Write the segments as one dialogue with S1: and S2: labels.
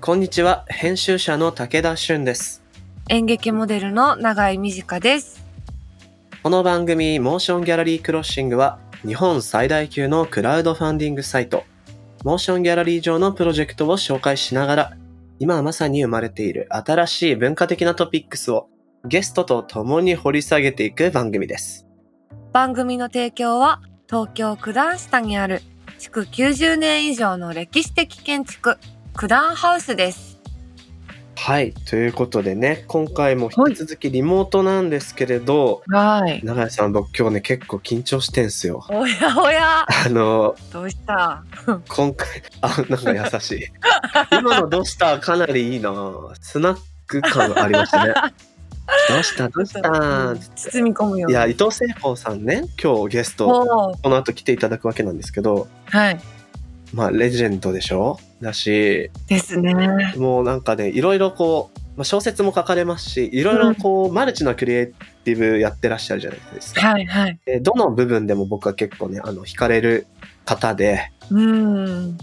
S1: こんにちは、編集者の武田俊です。
S2: 演劇モデルの永井美智香です。
S1: この番組、モーションギャラリークロッシングは、日本最大級のクラウドファンディングサイト、モーションギャラリー上のプロジェクトを紹介しながら、今まさに生まれている新しい文化的なトピックスを、ゲストと共に掘り下げていく番組です。
S2: 番組の提供は東京九段下にある築90年以上の歴史的建築九段ハウスです。
S1: はい、ということでね、今回も引き続きリモートなんですけれど、
S2: はい。
S1: 永井さん、僕今日ね、結構緊張してんすよ。
S2: おやお
S1: あ
S2: や。
S1: の、
S2: どうした？
S1: 今回あなんか優しい今の「どうした?」かなりいいなスナック感ありましたねどうしたどうした
S2: うん包み込むよ
S1: い。や伊藤聖光さんね今日ゲスト
S2: おー
S1: この後来ていただくわけなんですけど
S2: はい。
S1: まあレジェンドでしょだし
S2: ですね。
S1: もうなんかねいろいろこう、まあ、小説も書かれますしいろいろこう、マルチなクリエイティブやってらっしゃるじゃないですか、
S2: はいはい。
S1: でどの部分でも僕は結構ねあの惹かれる方で
S2: うん。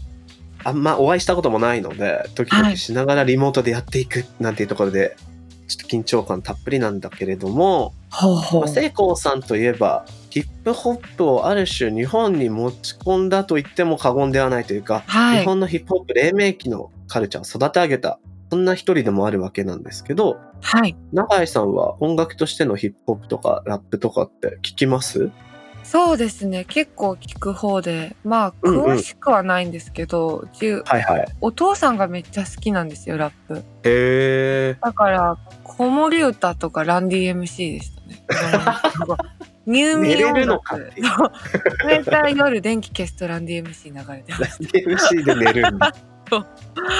S1: あんまお会いしたこともないので、ドキドキしながらリモートでやっていくなんていうところで、ちょっと緊張感たっぷりなんだけれども、
S2: ほうほ
S1: まあ、聖光さんといえば、ヒップホップをある種日本に持ち込んだと言っても過言ではないというか、
S2: は
S1: 日
S2: い
S1: 本のヒップホップ黎明期のカルチャーを育て上げた、そんな一人でもあるわけなんですけど、
S2: はい。
S1: 永井さんは音楽としてのヒップホップとかラップとかって聞きます
S2: そうですね。結構聞く方で、まあ
S1: うんうん
S2: 詳しくはないんですけど、うち
S1: はいはい。
S2: お父さんがめっちゃ好きなんですよラップ。
S1: へー。
S2: だから、子守歌とかランディ MC でし たね。入
S1: 寝
S2: 眠
S1: れる
S2: 音
S1: のかっ
S2: 楽
S1: ていう。
S2: めっちゃ夜電気消すとランディ MC 流れてました。
S1: MC で寝るんだ
S2: そう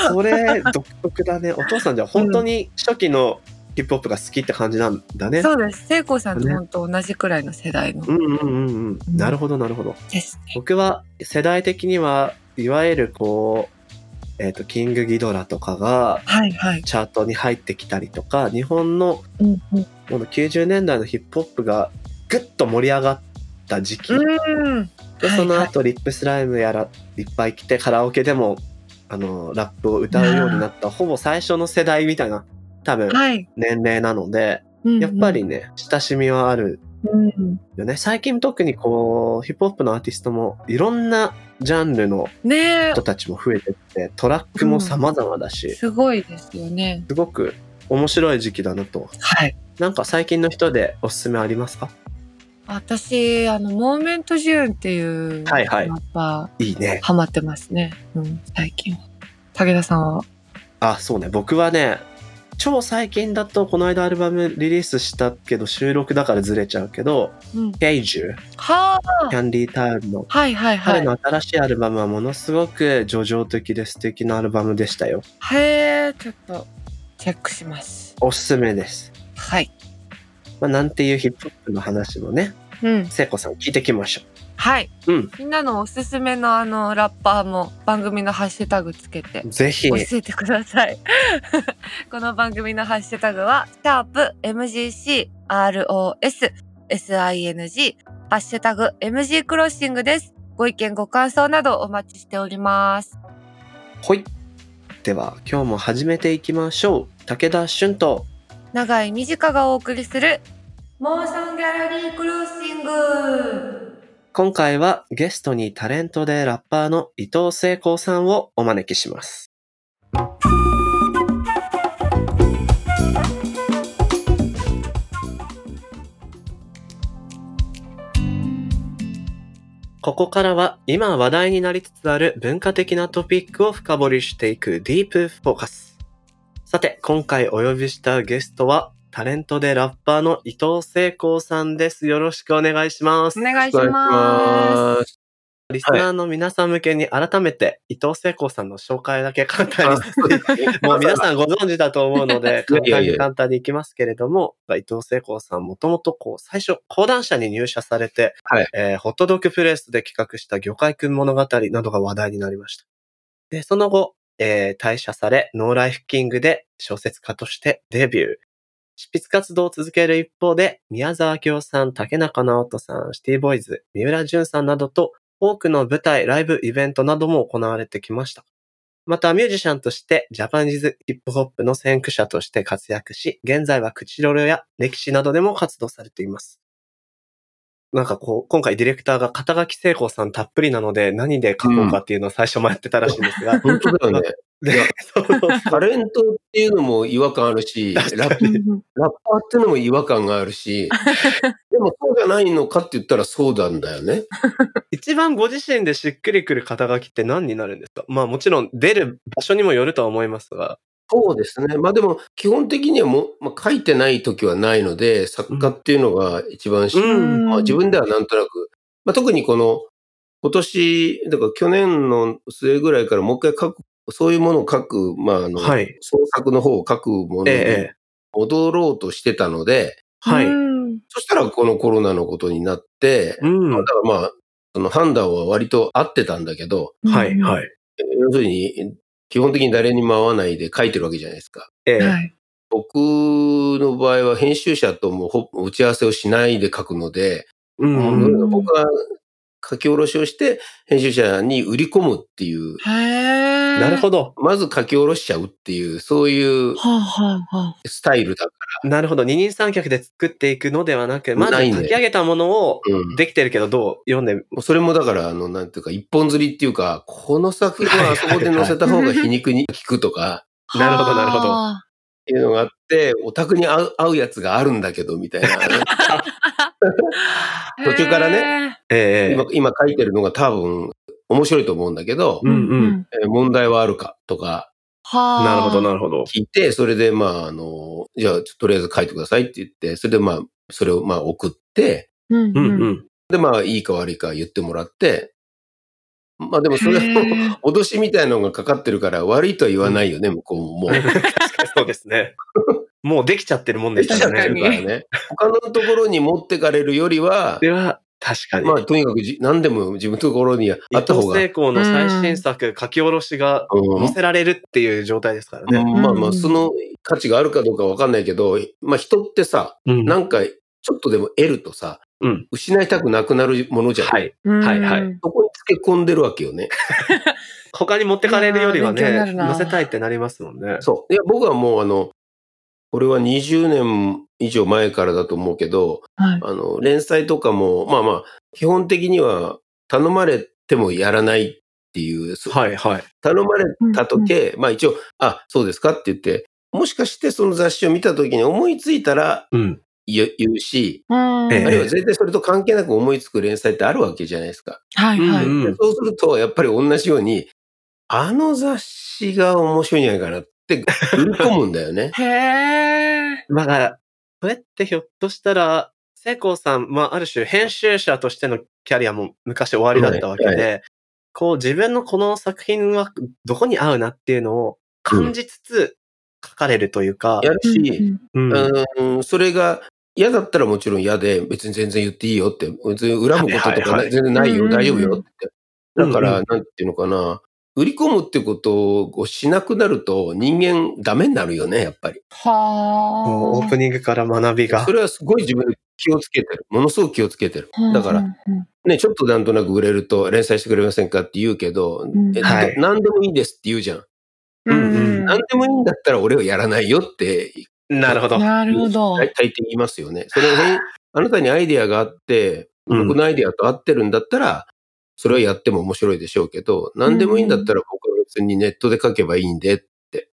S1: それ独特だねお父さんじゃ本当に初期のヒップホップが好きって感じなんだね、
S2: そうです。聖子さんと本当同じくらいの世代の
S1: うん、うんうんうんなるほどなるほど
S2: ですね。
S1: 僕は世代的にはいわゆるこうえっ、とキングギドラとかが
S2: はいはい。
S1: チャートに入ってきたりとか日本の
S2: うんうん。
S1: この90年代のヒップホップがぐっと盛り上がった時期、
S2: うん。
S1: でその
S2: はいはい
S1: 後リップスライムやらいっぱい来てカラオケでもあのラップを歌うようになったほぼ最初の世代みたいな多分
S2: はい。
S1: 年齢なので
S2: うんうん
S1: やっぱり。ね親しみはある
S2: うん
S1: よね最近特にこうヒップホップのアーティストもいろんなジャンルの
S2: ね
S1: 人たちも増えてってトラックも様々だ
S2: え。
S1: し
S2: すごいですよね。
S1: すごく面白い時期だなと
S2: はい。
S1: なんか最近の人でおすすめありますか
S2: 私、あの、モーメントジューンっていう、
S1: はいはい
S2: やっぱ、
S1: いいね
S2: ハマってますね。うん、最近は。武田さんは
S1: あ、そうね。僕はね、超最近だと、この間アルバムリリースしたけど、収録だからずれちゃうけど、
S2: うん。
S1: ケイジュ、
S2: はあ、
S1: キャンディータウンの、
S2: はいはいは
S1: 彼
S2: い。
S1: の新しいアルバムはものすごく叙情的で素敵なアルバムでしたよ。
S2: へえ、ちょっとチェックします。
S1: おすすめです。
S2: はい。
S1: まあ、なんていうヒップホップの話もね、
S2: うん。
S1: 聖子さん聞いてきましょ
S2: はい。
S1: う。うん。
S2: みんなのおすすめのあのラッパーも番組のハッシュタグつけて
S1: ぜひ
S2: 教、えてください。 この番組のハッシュタグは、シャープ MGC ROS SING ハッシュタグ MG クロッシングです。ご意見ご感想などお待ちしております。
S1: ほい。では、今日も始めていきましょう。武田俊と、
S2: 長井美智香がお送りするモーションギャラリークロッシング
S1: 今回はゲストにタレントでラッパーの伊藤聖光さんをお招きします。ここからは今話題になりつつある文化的なトピックを深掘りしていくディープフォーカス。さて、今回お呼びしたゲストはタレントでラッパーの伊藤聖光さんです。よろしくお願いします。
S2: お願いします。
S1: リスナーの皆さん向けに改めて伊藤聖光さんの紹介だけ簡単にさせて、もう皆さんご存知だと思うので、 簡
S3: いやいや
S1: 単
S3: いや
S1: に簡単にいきますけれども、伊藤聖光さんもともとこう、最初講談社に入社されて、
S3: はい
S1: えーホットドッグプレスで企画した魚介くん物語などが話題になりました。で、その後、えー退社され、ノーライフキングで小説家としてデビュー。執筆活動を続ける一方で、宮沢京さん、竹中直人さん、シティボーイズ、三浦淳さんなどと、多くの舞台、ライブ、イベントなども行われてきました。またミュージシャンとしてジャパニーズヒップホップの先駆者として活躍し、現在はクチロルや歴史などでも活動されています。なんかこう、今回ディレクターが肩書き聖子さんたっぷりなので何で書こうかっていうのを最初迷ってたらしいんですが、
S3: 本当だよ ね。いや
S1: そうそう
S3: タレントっていうのも違和感あるし、ラッラッパーっていうのも違和感があるし、でもそうじゃないのかって言ったらそうなんだよね。
S1: 一番ご自身でしっくりくる肩書きって何になるんですかまあもちろん出る場所にもよるとは思いますが。
S3: そうですね。まあでも、基本的にはもう、まあ、書いてない時はないので、作家っていうのが一番し、
S1: うん
S3: まあ、自分ではなんとなく、まあ、特にこの、今年、だから去年の末ぐらいからもう一回書く、そういうものを書く、まあ、あの、
S1: はい。
S3: 創作の方を書くもの
S1: ええ
S3: に
S1: ええ。
S3: 戻ろうとしてたので、
S1: はい。
S2: うん
S3: そしたらこのコロナのことになって、
S1: うん。
S3: まあ
S1: は
S3: だからまあ、その判断は割と合ってたんだけど、
S1: い、はい。
S3: 要するに、基本的に誰にも会わないで書いてるわけじゃないですか。
S1: ええ。
S2: はい。
S3: 僕の場合は編集者ともほ打ち合わせをしないで書くので、
S1: う
S3: も
S1: ん。
S3: う
S1: うん
S3: 僕が書き下ろしをして編集者に売り込むっていう、
S2: へ
S1: なる
S2: ど。
S1: ほど。
S3: まず書き下ろしちゃうっていう、そうい
S2: は
S3: う
S2: あ、はあは
S3: スタイルだか
S1: なるほど。二人三脚で作っていくのではなく、まず
S3: ないね
S1: 書き上げたものを
S3: ら。うん
S1: できてるけどどう読んで、
S3: もうそれもだから、あの、なんていうか、一本釣りっていうか、この作品はあそこで載せた方が皮肉に効くとか、
S2: あ。
S1: なるほどなるほど
S2: は
S3: っていうのがあって、オタクに合う合うやつがあるんだけど、み たいな。
S2: あ。
S3: 途中から
S2: ね。
S1: ええ
S3: 今今書いてるのが多分面白いと思うんだけど、
S1: うんうん。
S3: えー問題はあるかとか
S2: はあ。
S1: なるほど、なるほど。
S3: 聞いて、それでまあ、あの、じゃあ、とりあえず書いてくださいって言って、それでまあ、それをまあ送って、
S2: う
S1: う
S2: んうんん。
S1: うん。
S3: でまあ、いいか悪いか言ってもらって、まあでもそれ
S2: へ
S3: も
S2: ー
S3: 脅しみたいなのがかかってるから悪いとは言わないよね、向こうももう。
S1: 確かにそうですね。もうできちゃってるもんで
S3: ですき
S1: か
S3: ちゃって
S1: ら
S3: る
S1: ね。
S3: からね。他のところに持ってかれるよりは、
S1: では、確かに。
S3: まあとにかくじ何でも自分のところにあ
S1: 伊
S3: った方
S1: 藤
S3: が、
S1: 聖光の最新作、書き下ろしが
S3: うん
S1: 載せられるっていう状態ですからね。
S3: うんまあ
S2: う
S3: まあ、
S2: ん
S3: その価値があるかどうかわかんないけど、まあ人ってさ、
S1: うん
S3: なんかちょっとでも得るとさ、
S1: うん
S3: 失いたくなくなるものじゃん。
S1: はい。
S2: うん
S1: はいはい
S3: そこにつけ込んでるわけよね。
S1: 他に持ってかれるよりはね、
S2: いやー勉強になる
S1: 載
S2: な
S1: せたいってなりますもんね。
S3: そう。いや、僕はもうあの、これは20年以上前からだと思うけど、
S2: はい。
S3: あの、連載とかも、まあまあ、基本的には頼まれてもやらないっていう、そう
S1: はいはい。
S3: 頼まれたとけ、まあ一応、あ、そうですかって言って、もしかしてその雑誌を見た時に思いついたら
S1: うん。
S3: 言う言うし、
S2: うん
S1: ええ
S3: あるいは全然それと関係なく思いつく連載ってあるわけじゃないですか。
S2: はいはい。。
S1: うんうん
S3: そうすると、やっぱり同じように、あの雑誌が面白いんじゃないかなって、売り込むんだ よね
S2: へえ。
S1: だから、それってひょっとしたら、聖光さん、まあ、ある種編集者としてのキャリアも昔終わりだったわけで、
S3: はい
S1: こう自分のこの作品はどこに合うなっていうのを感じつつ書かれるというか、
S3: やるし、
S1: うん
S3: うん、それが嫌だったらもちろん嫌で、別に全然言っていいよって、別に恨むこと
S1: はいは
S3: と
S1: い
S3: か
S1: はい
S3: 全然ないよ、
S2: うん
S3: 大丈夫よって。
S1: う
S3: だ
S1: ん
S3: から、
S1: う
S3: なんていうのかな、売り込むってことをしなくなると人間ダメになるよね、やっぱり。
S2: はあ。
S1: もうオープニングから学びが
S3: そ。れはすごい自分で気をつけてる。ものすごく気をつけてる。だから
S2: う、んうんうん。
S3: ね、ちょっとなんとなく売れると連載してくれませんかって言うけど、
S2: ん
S3: えっと
S1: はい
S3: 何でもいいですって言うじゃん。
S1: うんうん
S3: 何でもいいんだったら俺はやらないよって
S1: なるほど。
S2: なるほど。
S3: 大体言いますよね。そ れに、あなたにアイデアがあって、
S1: うん
S3: 僕のアイデアと合ってるんだったら、それはやっても面白いでしょうけど、何でもいいんだったら僕は別にネットで書けばいいんで、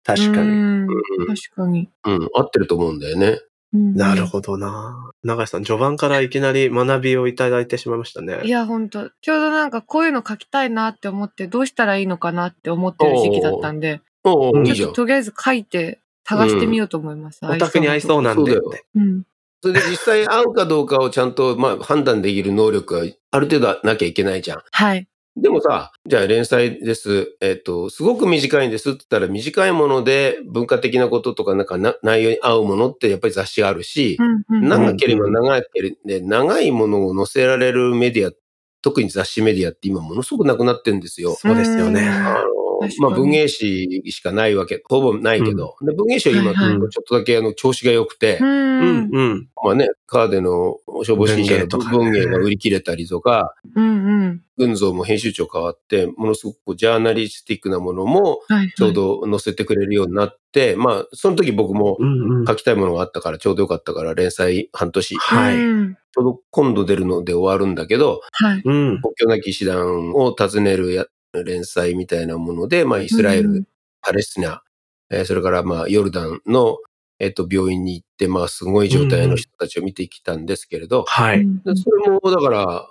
S1: 確か
S2: う
S1: に。
S2: ん
S3: う
S2: 確かに。
S3: ん、うん合ってると思うんだよね。
S2: うん
S1: なるほどな。長井さん、序盤からいきなり学びをいただいてしまいましたね。
S2: いや、ほんと。ちょうどなんかこういうの書きたいなって思って、どうしたらいいのかなって思ってる時期だったんで、
S3: おう
S1: う
S3: お
S1: ん
S2: ちょ
S3: う、いい
S2: っ
S3: じゃ
S2: と
S3: ん。
S2: とりあえず書いて探してみようと思います。
S1: お宅に合い
S2: 合い
S1: そうなんでっ
S3: そうだ
S1: て。
S2: そう。うん。
S3: それで実際合うかどうかをちゃんと、まあ、判断できる能力がある程度なきゃいけないじゃん。
S2: はい。
S3: でもさ、じゃあ連載です。えっ、と、すごく短いんですって言ったら短いもので文化的なこととかなんかな内容に合うものってやっぱり雑誌あるし、
S2: うんうんうん
S3: 長ければ長ければで、長いものを載せられるメディア、特に雑誌メディアって今ものすごくなくなってんですよ。
S1: そうですよね
S2: うん
S3: あ
S2: 確
S3: の、
S2: かに
S3: まあ、文芸誌しかないわけ、ほぼないけど、で文芸誌は今、
S2: はい
S1: はい
S3: ちょっとだけあの調子が良くて、
S1: うんん。うん。
S3: まあね、カーデの消防審査
S1: 文芸
S3: の
S1: とかね
S3: 文芸が売り切れたりとか、
S2: うんうん。
S3: 群像も編集長変わって、ものすごくこうジャーナリスティックなものも
S2: はいはい。
S3: ちょうど載せてくれるようになって、まあ、その時僕も
S1: うんうん。
S3: 書きたいものがあったからちょうどよかったから連載半年、ち
S1: はい
S2: うん
S3: ょうど今度出るので終わるんだけど、
S2: はい。
S1: うん。
S3: 国境なき師団を訪ねるや連載みたいなもので、まあ、イスラエル、
S2: うん
S3: パレスチナ、えーそれからまあヨルダンの、えっと病院に行って、まあ、すごい状態の人たちを見てきたんですけれど、
S1: は
S2: う
S1: い。
S2: ん
S3: でそれもだから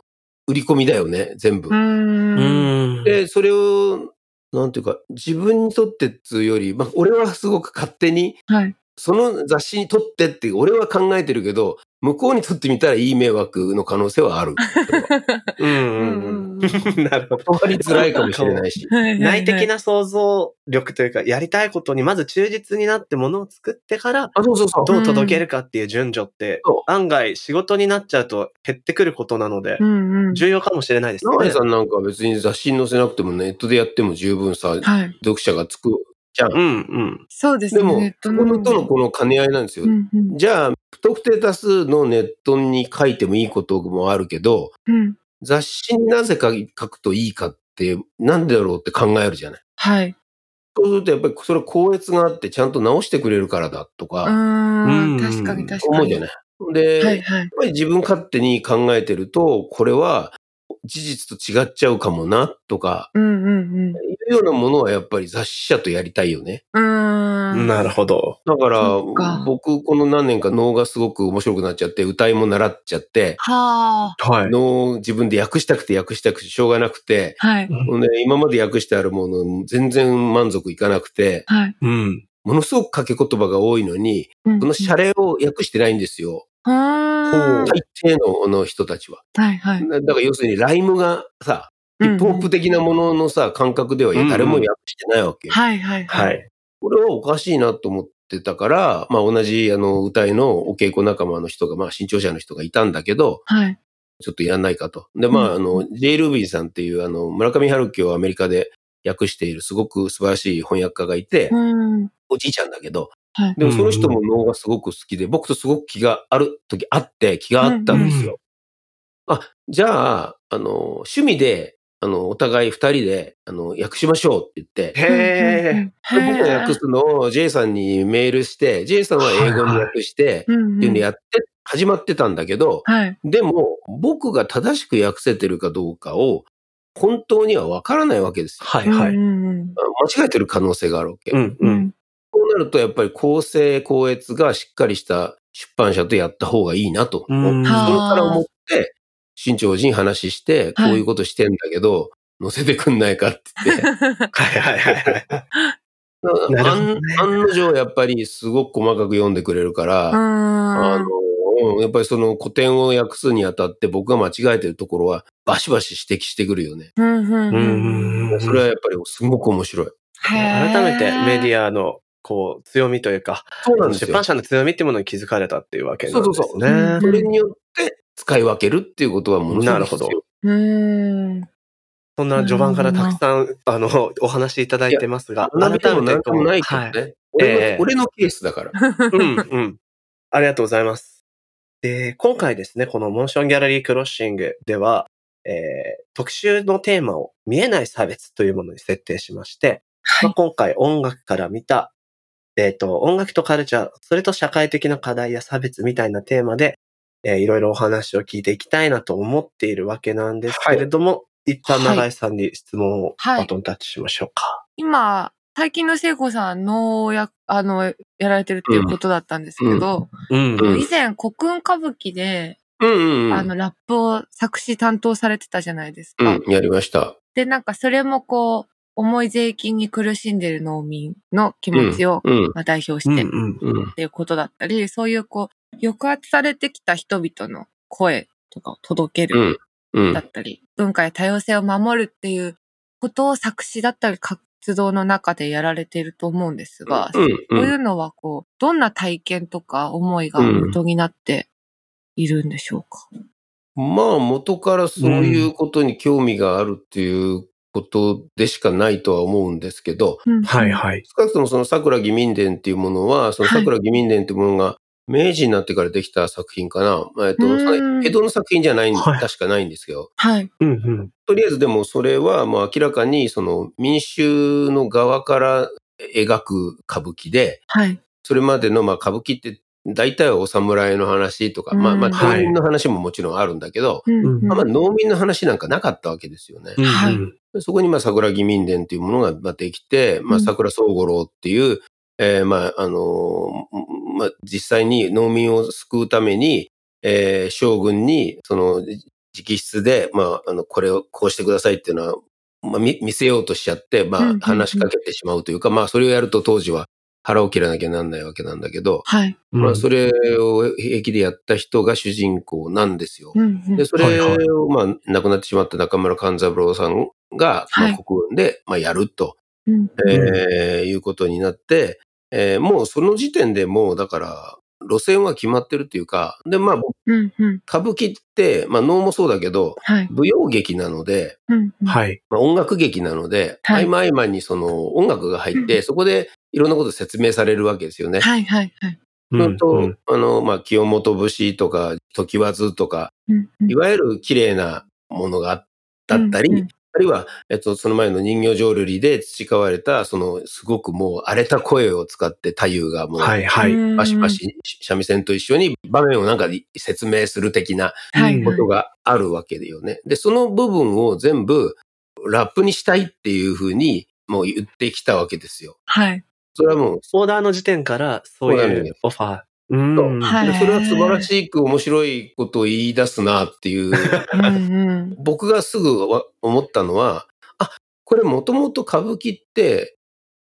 S3: 売り込みだよね全部。
S2: うん。
S1: うん。
S3: でそれをなんていうか自分にとってっつうより、まあ、俺はすごく勝手に
S2: はい。
S3: その雑誌にとってって俺は考えてるけど向こうにとってみたらいい迷惑の可能性はある。それは
S1: うんうんうん。なるほど。
S3: 変わりづらいかもしれないし。
S1: 内的
S2: な。
S1: な想像力というか、やりたいことにまず忠実になってものを作ってから、
S3: あそうそうそう。
S1: どう届けるかっていう順序って、
S3: そ
S1: 案外仕事になっちゃうと減ってくることなので
S2: う、んうん。
S1: 重要かもしれないですね。
S3: 長井さんなんか別に雑誌に載せなくてもネットでやっても十分さ、
S2: はい。
S3: 読者がつくじゃん
S1: う。んうん。
S2: そうですね。
S3: でも
S2: ネッ、ト
S3: そこのとのこの兼ね合いなんですよ
S2: う。んうん
S3: じゃあ、不特定多数のネットに書いてもいいこともあるけど、
S2: うん。
S3: 雑誌になぜか書くといいかって、なんでだろうって考えるじゃない。
S2: はい。
S3: そうするとやっぱりそれは高越があってちゃんと直してくれるからだと
S2: う
S3: か
S2: ーん。
S1: うん
S2: 確かに確
S3: 思
S2: か
S3: うじ
S2: に。
S3: ゃない。で、
S2: はい
S3: やっ
S2: はい。
S3: ぱり自分勝手に考えてると、これは事実と違っちゃうかもなとか、
S2: うんうん
S3: いうようなものはやっぱり雑誌社とやりたいよね。
S2: うん。うーん。
S1: なるほど。
S3: だから
S2: そっか、
S3: 僕、この何年か能がすごく面白くなっちゃって、歌いも習っちゃって、
S2: はあ。
S1: は。
S3: 能を自分で訳したくて訳したくてしょうがなくて、
S2: はい。
S3: ほんで今まで訳してあるもの全然満足いかなくて、
S2: はい。
S1: うん。
S3: ものすごく掛け言葉が多いのに、
S2: こ
S3: このシャレを訳してないんですよ。
S2: うーん。
S3: 大抵のあの人たちは。
S2: はいはい。
S3: だだから要するにライムがさ、
S2: う
S3: ヒ
S2: んうん
S3: ップホップ的なもののさ、感覚では
S1: うんうん
S3: 誰も訳してないわけよ。
S2: はいはい。
S1: はいい。
S3: これはおかしいなと思ってたから、まあ同じあの歌いのお稽古仲間の人が、まあ新潮社の人がいたんだけど、
S2: はい。
S3: ちょっとやんないかと。で、まああの、J. ルービーさんっていうあの、村上春樹をアメリカで訳しているすごく素晴らしい翻訳家がいて
S2: う、ん。
S3: おじいちゃんだけど
S2: はい、
S3: でもその人も能がすごく好きで、僕とすごく気がある時あって、気があったんですよ。あ、じゃあ、あの、趣味で、あの、お互い二人で、あの、訳しましょうって言って、
S1: へえ。
S2: うん
S3: で僕が訳すのを J さんにメールして、J さんは英語に訳して、
S2: うんうん
S3: っていうのやって、始まってたんだけど、
S2: はい。
S3: でも、僕が正しく訳せてるかどうかを、本当にはわからないわけですよ。
S1: はいは
S2: う
S1: い。
S2: んうん
S3: 間違えてる可能性があるわけ。
S1: うん
S2: う
S1: うんん。
S3: そうなると、やっぱり公正、公越がしっかりした出版社とやった方がいいなと。
S1: うん
S3: それから思って、新潮人に話して、こういうことしてんだけど、載せてくんないかって 言って。
S1: はいはいはいはい。なるほど
S3: 案案の定やっぱりすごく細かく読んでくれるから、あ
S2: あ
S3: の、うんやっぱりその古典を訳すにあたって僕が間違えてるところはバシバシ指摘してくるよね。
S2: うんうんうん
S1: うん。
S3: それはやっぱりすごく面白い。
S1: 改めてメデ
S2: ィ
S1: ィアのこう強みというか、
S3: そうなんです
S1: 出
S3: よ
S1: 版。社の強みってものに気づかれたっていうわけなんですね。
S3: そうそう
S2: そう
S3: それによって使い分けるっていうことはものすごく
S1: なるほど
S3: 必要
S2: ア。うん。
S1: そんな序盤からたくさん、あの、お話しいただいてますが、改め
S3: 学びでも
S1: て
S3: 何でもないけど
S1: は
S3: ね。
S1: い
S3: 俺の
S1: ええ
S3: 俺のケースだから。
S1: うん、うん。ありがとうございます。で、今回ですね、このモーションギャラリークロッシングでは、えー特集のテーマを見えない差別というものに設定しまして、
S2: はい
S1: まあ今回音楽から見た、えっ、と、音楽とカルチャー、それと社会的な課題や差別みたいなテーマで、えーいろいろお話を聞いていきたいなと思っているわけなんですけれども、一旦長井さんに質問を
S2: はい
S1: バトンタッチしましょうか。
S2: 今、最近の聖子さん、能や、あの、やられてるっていうことだったんですけど、
S1: うん
S3: うん
S2: 以前、国運歌舞伎で、
S3: うんうん
S2: あの、ラップを作詞担当されてたじゃないです
S3: う
S2: か。
S3: ん。うん、やりました。
S2: で、なんか、それもこう、重い税金に苦しんでる農民の気持ちを、
S3: うん。
S2: まあ、代表
S1: う
S2: し
S1: ん
S2: て
S1: うん。
S3: うん。
S2: っていうことだったり、そういうこう、抑圧されてきた人々の声とかを届け
S3: う
S2: る
S3: ん。うん
S2: だ。ったり、文化や多様性を守るっていうことを作詞だったり活動の中でやられていると思うんですが、
S3: うんう
S2: こうんいうのはこう、どんな体験とか思いが
S3: うん
S2: 元になっているんでしょうか、
S3: まあ元からそういうことに興味があるっていうこことでしかないとは思うんですけど、
S2: うん
S1: はいはい。
S3: 少なくともその桜義民伝っていうものは、その
S2: はい
S3: 桜義民伝っていうものが、明治になってからできた作品かな。えっと、
S2: うん
S3: その江戸の作品じゃないん、
S1: はい
S3: 確かないんですけど、
S2: はい。
S1: うんうん。
S3: とりあえずでもそれは、まあ明らかにその民衆の側から描く歌舞伎で、
S2: はい。
S3: それまでのまあ歌舞伎って大体はお侍の話とか、
S2: うん
S3: まあまあ
S1: は
S3: 農
S1: い
S3: 民の話ももちろんあるんだけど、
S2: うん
S1: うん
S3: あんまり農民の話なんかなかったわけですよね。
S1: うんうん
S2: はい
S3: そこにまあ桜木民伝というものがまあできて、ま
S2: う
S3: あ
S2: ん
S3: 桜宗五郎っていう、えーまああのーまあ実際に農民を救うために、えー将軍にその直筆で、まああのこれをこうしてくださいっていうのは、まあ見見せようとしちゃって、
S2: うんう
S3: ま
S2: んう
S3: あ
S2: ん
S3: 話しかけてしまうというか、まあそれをやると当時は腹を切らなきゃなんないわけなんだけど、
S2: はい。
S1: うん
S3: まあそれを平気でやった人が主人公なんですよ。
S2: うんうん
S3: で、そ
S1: はい
S3: れ
S1: はい
S3: を、まあ、亡くなってしまった中村勘三郎さんが、
S2: はい
S3: まあ、国運で、まあ、やると、
S2: うん
S3: えーいうことになって、えーもうその時点でもう、だから、路線は決まってるっていうか、で、まあ、
S2: うんうん。
S3: 歌舞伎って、まあ、能もそうだけど、
S2: はい。
S3: 舞踊劇なので、
S2: うんうん
S1: はい。
S3: まあ、音楽劇なので、
S2: はい
S3: 合間合間にその音楽が入って、そこでいろんなこと説明されるわけですよね。
S2: はいはいはい。
S1: うん
S3: それと、
S1: うん
S3: あの、まあ、清本節とか、時和図とか、
S2: うんうん
S3: いわゆる綺麗なものがあだったり、
S2: うんうん
S3: あるいは、えっと、その前の人形浄瑠璃で培われた、その、すごくもう荒れた声を使って太夫がもう、
S1: はいはい。
S2: うん
S3: バシバシ三味線と一緒に場面をなんか説明する的な
S2: はい
S3: ことがあるわけだよね。で、その部分を全部ラップにしたいっていうふうにもう言ってきたわけですよ。
S2: はい。
S3: それはもう
S1: オーダーの時点からそう
S3: そうなん
S1: い
S3: で
S1: う
S3: す
S1: オファー。うん。
S2: はい
S3: でそれは素晴らしく面白いことを言い出すなっていう、
S2: うんうん。
S3: 僕がすぐわ思ったのは、あ、これもともと歌舞伎って、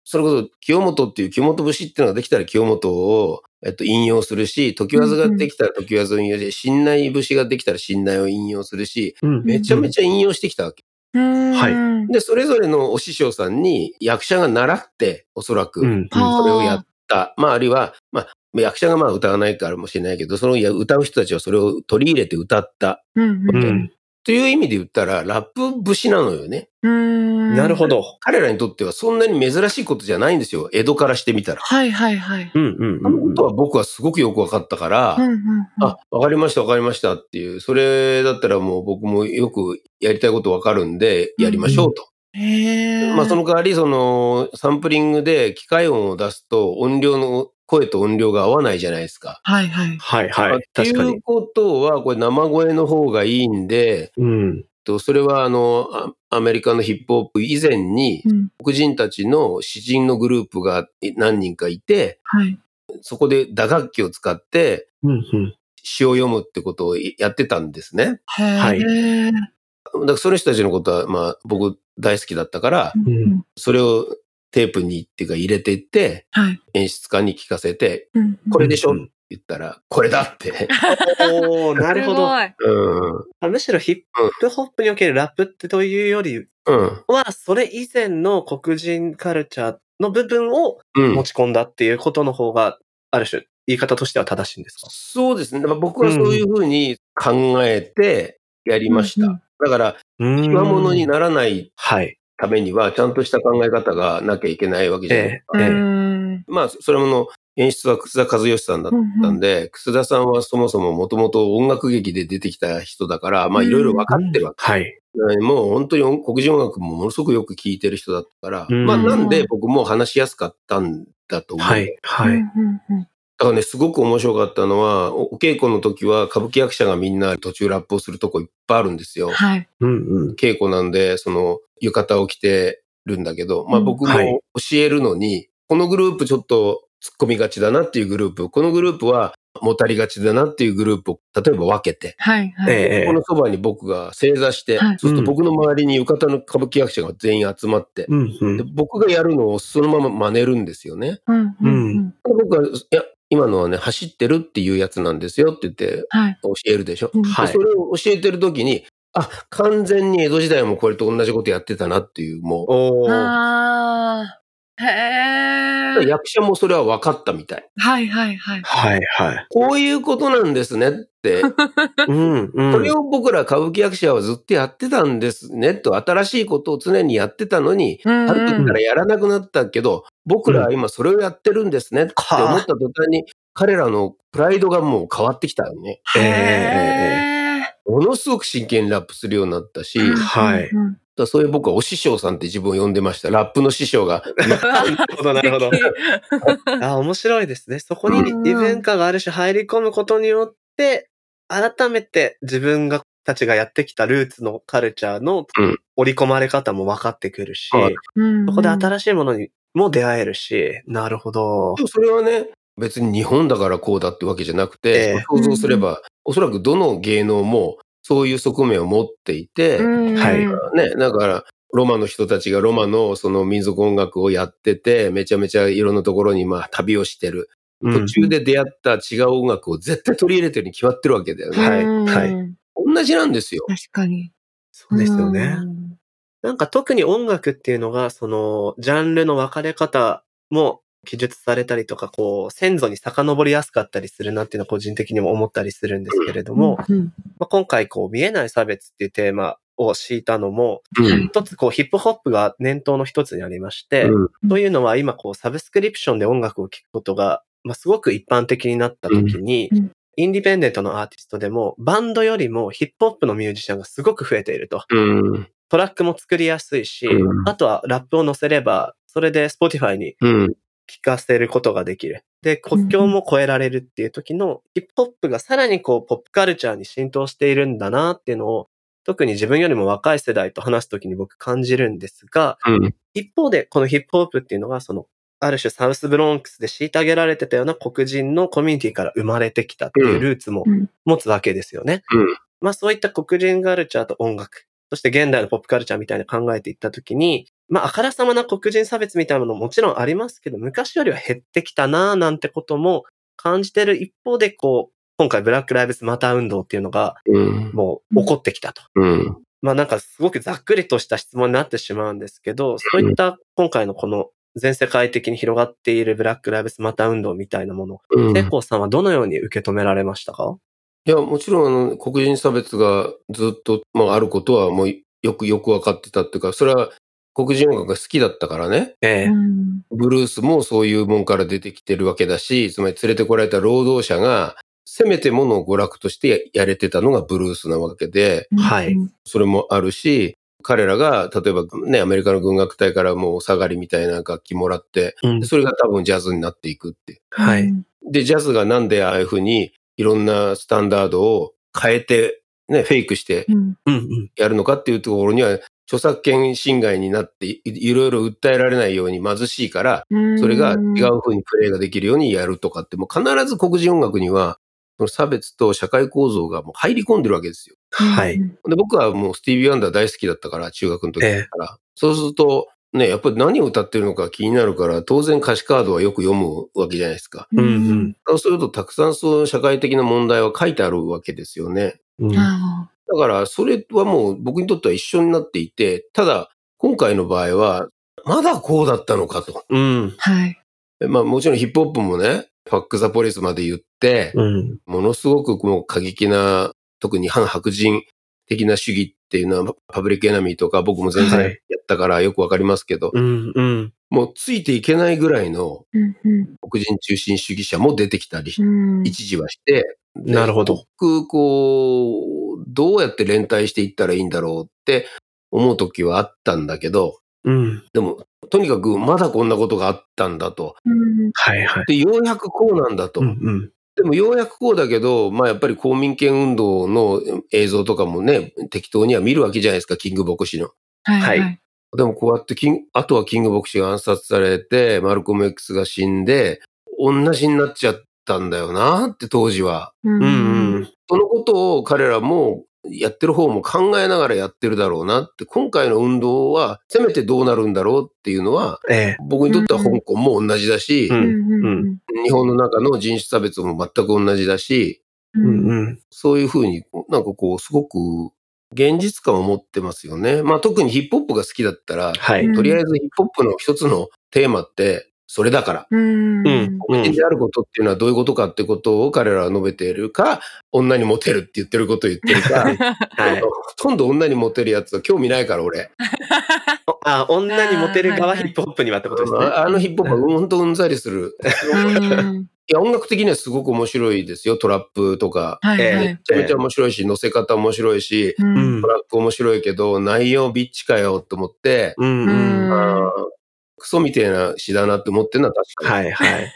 S3: それこそ清本っていう清本節っていうのができたら清本を、えっと、引用するし、時わずができたら時わずを引用し、信内節ができたら信内を引用するし、
S1: うん
S3: めちゃめちゃ引用してきたわけ。
S1: はい
S2: い
S3: で、それぞれのお師匠さんに役者が習って、おそらく、
S1: うんうん
S3: それをやった。まあ、あるいは、まあ、役者がまあ歌わないからもしれないけど、そのいや歌う人たちはそれを取り入れて歌った。
S2: うん
S1: う。
S2: うん
S3: という意味で言ったら、ラップ節なのよね。
S2: ん。
S1: なる
S2: ど。
S1: ほど。
S3: 彼らにとってはそんなに珍しいことじゃないんですよ。江戸からしてみたら。
S2: はいはいはい。
S1: うんうん
S3: あのこ
S1: うん
S3: とは僕はすごくよくわかったから、
S2: うんうんうん。
S3: あ、わかりました、わかりましたっていう、それだったらもう僕もよくやりたいことわかるんで、やりましょうと。
S2: へえ。
S3: まあその代わり、その、サンプリングで機械音を出すと音量の、声と音量が合わないじゃないですか。
S2: はいはい。
S1: はい
S3: まあ
S1: はい。確か
S3: ってい
S1: に
S3: う。ことは、これ生声の方がいいんで、
S1: うん。
S3: とそれはあの、あアメリカのヒップホップ以前に、
S2: うん。
S3: 黒人たちの詩人のグループが何人かいて、
S2: はい。
S3: そこで打楽器を使って
S1: うんうん。
S3: 詩を読むってことをやってたんですね。
S2: へえ。
S3: だからその人たちのことは、まあ僕大好きだったから、
S2: うんうん
S3: それをテープにっていうか入れていって、
S2: はい。
S3: 演出家に聞かせて、
S2: うんうん
S3: これでしょ
S1: う
S3: っ
S1: ん
S3: て言ったら、これだ って。
S1: おー、なるほど。
S2: す
S3: うん。
S1: あむしろヒップホップにおけるラップってというより
S3: うん。
S1: は、それ以前の黒人カルチャーの部分を
S3: う
S1: 持
S3: ん。
S1: ち込んだっていうことの方が、ある種、言い方としては正しいんですか
S3: そうですね。だから僕はそういうふうに考えてやり
S2: ごい
S3: ました。
S2: うんうん
S3: だから、
S1: うん
S3: 極物にならない
S1: はい。
S3: ためには、ちゃんとした考え方がなきゃいけないわけじゃないですか
S1: え。えええ
S3: まあ、それもの演出は楠田和義さんだったんで、楠田さんはそもそももともと音楽劇で出てきた人だから、まあ
S2: うん
S3: いろいろ分かってるわけ。
S1: はい。
S3: もう本当に黒人音楽もものすごくよく聴いてる人だったから、
S1: うん
S3: まあなんで僕も話しやすかったんだと思う。
S1: はい。は
S2: う
S1: い。
S2: んうんうん
S3: だからね、すごく面白かったのは、おお稽古の時は歌舞伎役者がみんな途中ラップをするとこいっぱいあるんですよ。
S2: はい。
S1: うんうん。
S3: 稽古なんで、その、浴衣を着てるんだけど、まあ
S2: うん
S3: 僕
S1: はい
S3: も教えるのに、このグループちょっと突っ込みがちだなっていうグループ、このグループはもたりがちだなっていうグループを、例えば分けて、
S2: はい。はい。
S1: ええ
S3: このそばに僕が正座して、
S2: はい
S3: そうすると僕の周りに浴衣の歌舞伎役者が全員集まって、
S1: うんう
S3: で
S1: ん。
S3: 僕がやるのをそのまま真似るんですよね。
S2: うんうんうん。
S3: で僕は、いや、今のはね、走ってるっていうやつなんですよって言って
S2: はい。
S3: 教えるでしょ。
S2: うん
S1: はい
S3: でそれを教えてる時に、あ、完全に江戸時代もこれと同じことやってたなっていう、もう、
S1: おー。
S2: ああ。へえ。
S3: 役者もそれは分かったみたい。
S2: はいはいはい。
S1: はいはい。
S3: こういうことなんですねって。
S1: うんうん。
S3: それを僕ら歌舞伎役者はずっとやってたんですねと、新しいことを常にやってたのに、
S2: うん
S3: ある
S2: う
S3: 時
S2: ん。
S3: からやらなくなったけど、僕らは今それをやってるんですねって思った途端に、彼らのプライドがもう変わってきたよね。
S1: ええ
S2: へえ。
S3: ものすごく真剣にラップするようになったし、
S2: うん
S3: だか
S1: はい
S2: うんうん
S3: らそういう僕はお師匠さんって自分を呼んでました。ラップの師匠が。
S1: なるほど、なるほど。 あ、面白いですね。そこに
S2: うん
S1: 異文化がある種入り込むことによって、改めて自分が、たちがやってきたルーツのカルチャーの
S3: うん
S1: 織り込まれ方も分かってくるし、
S3: はい
S2: うんうん
S1: そこで新しいものにも出会えるし、なるほど
S3: で。もそれはね、別に日本だからこうだってわけじゃなくて、
S1: ええ
S3: 想像すれば、おそらくどの芸能もそういう側面を持っていて、
S2: うん
S1: はい
S3: ね、だから、ロマの人たちがロマのその民族音楽をやってて、めちゃめちゃいろんなところにまあ旅をしてる。
S1: うん
S3: 途中で出会った違う音楽を絶対取り入れてるに決まってるわけだよ
S1: は
S3: ね。
S1: い
S2: うん
S1: はい
S3: 同じなんですよ。
S2: 確かに。
S1: そうですよね。
S2: うん
S1: なんか特に音楽っていうのが、その、ジャンルの分かれ方も記述されたりとか、こう、先祖に遡りやすかったりするなっていうのは個人的にも思ったりするんですけれども、
S2: うん
S1: まあ、今回こう、見えない差別っていうテーマを敷いたのも、
S3: うん
S1: 一つこう、ヒップホップが念頭の一つにありまして、
S3: うん
S1: というのは今こう、サブスクリプションで音楽を聴くことが、まあ、すごく一般的になった時に、
S2: うんうん
S1: インディペンデントのアーティストでも、バンドよりもヒップホップのミュージシャンがすごく増えていると。
S3: うん。
S1: トラックも作りやすいし、
S3: うん
S1: あとはラップを載せれば、それで Spotify に
S3: うん。
S1: 聞かせることができる。で、国境も越えられるっていう時の、ヒップホップがさらにこう、ポップカルチャーに浸透しているんだなっていうのを、特に自分よりも若い世代と話すときに僕感じるんですが、
S3: うん。
S1: 一方でこのヒップホップっていうのが、その、ある種サウスブロンクスで虐げられてたような黒人のコミュニティから生まれてきたっていうルーツも
S2: うん
S1: 持つわけですよね。
S3: うん
S1: まあそういった黒人カルチャーと音楽、そして現代のポップカルチャーみたいな考えていったときに、まああからさまな黒人差別みたいなものももちろんありますけど、昔よりは減ってきたなぁなんてことも感じてる一方で、こう、今回ブラックライブズマター運動っていうのが
S3: うん。
S1: もう起こってきたと。
S3: うん。
S1: まあなんかすごくざっくりとした質問になってしまうんですけど、そういった今回のこの全世界的に広がっているブラックライブスマター運動みたいなもの、
S3: うん
S1: セコさんはどのように受け止められましたか
S3: いや、もちろん、あの、黒人差別がずっと、まあ、あることは、もう、よくよく分かってたっていうか、それは、黒人音楽が好きだったからね。
S1: え
S2: うん
S3: ブルースもそういうもんから出てきてるわけだし、つまり連れてこられた労働者が、せめてものを娯楽としてややれてたのがブルースなわけで、
S1: はい
S2: うん
S3: それもあるし、彼らが、例えばね、アメリカの軍楽隊からもうお下がりみたいな楽器もらって、
S1: うん
S3: でそれが多分ジャズになっていくって。
S1: は
S2: う
S1: い。
S2: ん
S3: で、ジャズがなんでああいうふうにいろんなスタンダードを変えて、ね、フェイクして
S2: うん
S1: うんうん。
S3: やるのかっていうところには、著作権侵害になってい、いろいろ訴えられないように貧しいから、それが違う風にプレイができるようにやるとかって、もう必ず黒人音楽には、その差別と社会構造がもう入り込んでるわけですよ。
S1: はい。。
S3: で、僕はもうスティービー・ワンダー大好きだったから、中学の時
S1: ええ
S3: から。そうすると、ね、やっぱり何を歌ってるのか気になるから、当然歌詞カードはよく読むわけじゃないですか。
S1: うんうん。
S3: そうすると、たくさんそういう社会的な問題は書いてあるわけですよね。
S1: うん
S2: あ
S3: だから、それはもう僕にとっては一緒になっていて、ただ、今回の場合は、まだこうだったのかと。
S1: うん。
S2: あはい。
S3: まあもちろんヒップホップもね、ファックザポリスまで言って、
S1: うん。
S3: ものすごくもう過激な、特に反白人的な主義っていうのは、パブリックエナミーとか僕も全然
S1: は
S3: や
S1: い
S3: ったからよくわかりますけど、
S1: うんうん。
S3: もうついていけないぐらいの
S2: うんうん
S3: 黒人中心主義者も出てきたり、
S2: うん
S3: 一時はして、で
S1: なるほど。
S3: 僕、こう、どうやって連帯していったらいいんだろうって思う時はあったんだけど、
S1: うん。
S3: でも、とにかくまだこんなことがあったんだと。
S2: うん
S1: はいはい。
S3: で、ようやくこうなんだと。
S1: うんうん。
S3: でもようやくこうだけど、まあやっぱり公民権運動の映像とかもね、適当には見るわけじゃないですか、キング牧師の。
S2: はい。
S1: は
S2: はい。
S3: でもこうやってキン、あとはキング牧師が暗殺されて、マルコム X が死んで、同じになっちゃったんだよなって当時は。
S2: う
S1: うん
S2: ん
S1: うん。
S3: そのことを彼らもやってる方も考えながらやってるだろうなって、今回の運動はせめてどうなるんだろうっていうのは、
S1: え
S3: 僕にとっては香港も同じだし、
S1: う
S2: うんんうん
S3: 日本の中の人種差別も全く同じだし、
S1: え。
S2: う
S1: うんんうん。
S3: そういうふうになんかこうすごく現実感を持ってますよね。まあ特にヒップホップが好きだったら、
S1: はい。
S2: うん
S3: とりあえずヒップホップの一つのテーマって、それだから。
S2: うん。
S1: うん。う
S3: 人
S1: ん。
S3: であることっていうのはどういうことかってことを彼らは述べているか、女にモテるって言ってることを言ってるか、
S1: はい。
S3: ほとんど女にモテるやつは興味ないから俺。
S1: おあ、女にモテる側
S2: あーはい
S1: ヒップホップにはってことですね。
S3: ああのヒップホップはうんほんとうんざりする。
S2: うん
S3: いや、音楽的にはすごく面白いですよ。トラップとか。
S2: はいは
S1: え
S2: い。
S3: めちゃめちゃ面白いし、乗せ方面白いし、
S2: う
S1: うんん
S3: ト。ラック面白いけど、内容ビッチかよと思って、
S1: うん。
S2: う
S1: うん。
S2: ん。
S3: あークソみたいな詩だなって思ってるのは確か
S1: はい
S3: に。
S1: はい。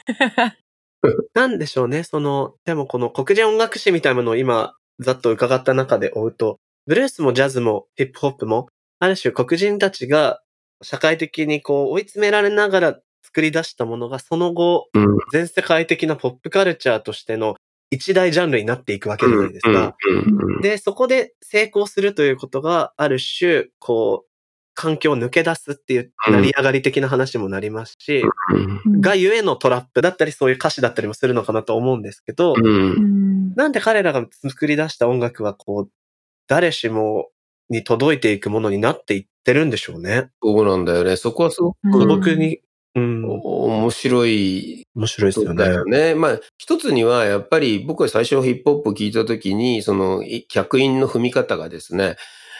S1: なんでしょうね、その、でもこの黒人音楽史みたいなものを今、ざっと伺った中で追うと、ブルースもジャズもヒップホップも、ある種黒人たちが社会的にこう追い詰められながら作り出したものが、その後、
S3: うん
S1: 全世界的なポップカルチャーとしての一大ジャンルになっていくわけじゃないですか。
S3: うんうんうん
S1: で、そこで成功するということが、ある種、こう、環境を抜け出すっていう、成り上がり的な話にもなりますし、
S3: うん
S1: がゆえのトラップだったり、そういう歌詞だったりもするのかなと思うんですけど、
S3: うん
S2: うん
S1: なんで彼らが作り出した音楽は、こう、誰しもに届いていくものになっていってるんでしょうね。
S3: そうなんだよね。そこはすごく
S2: うん
S1: 素朴に、うん、
S3: 面白い
S1: 面白いですよ
S3: だ
S1: ね
S3: よ。ね。まあ、一つには、やっぱり僕は最初ヒップホップ聞いたときに、その、い客員の踏み方がですね、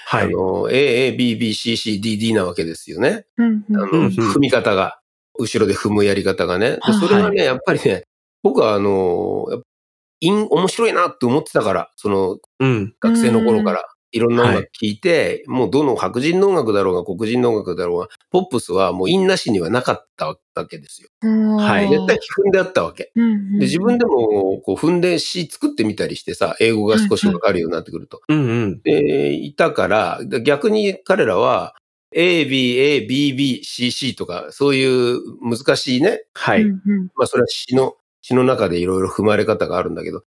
S1: は
S3: あ
S1: い。
S3: の、A, A, B, B, C, C, D, D なわけですよね。
S2: うん
S3: あの、
S1: うんうん
S3: 踏み方が、後ろで踏むやり方がね。で
S2: はい
S3: それはね、やっぱりね、僕はあの、やっぱイン面白いなって思ってたから、その、
S1: うん。
S3: 学生の頃から。いろんな音
S1: は
S3: 楽聴いて、もうどの白人の音楽だろうが黒人の音楽だろうが、ポップスはもうインなしにはなかったわけですよ。
S2: うん
S1: はい
S3: 絶対踏んであったわけ。
S2: うんうん
S3: で自分でもこう踏んで詩作ってみたりしてさ、英語が少しわかるようになってくると。
S1: うんうん。
S3: で、いたから、で逆に彼らは A, B, A, B, B, C, C とか、そういう難しいね、
S1: は
S2: う
S1: い。
S2: んうん
S3: まあそれは詩の、詩の中でいろいろ踏まれ方があるんだけど、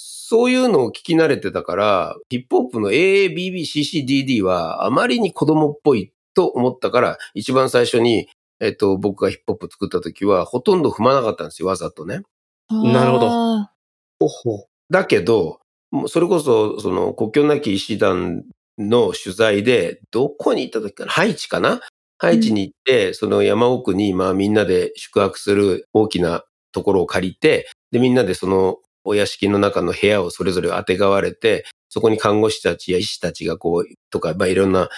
S3: そういうのを聞き慣れてたから、ヒップホップの A, B, B, C, C, D, D はあまりに子供っぽいと思ったから、一番最初に、えっと、僕がヒップホップ作った時は、ほとんど踏まなかったんですよ、わざとね。
S1: なるほど
S2: あ
S1: ほほ。
S3: だけど、もうそれこそ、その、国境なき医師団の取材で、どこに行った時かなハイチかなハイチに行って、その山奥に、まあみんなで宿泊する大きなところを借りて、で、みんなでそのお屋敷の中の部屋をそれぞれ当てがわれて、そこに看護師たちや医師たちがこう、とか、まあいろんな、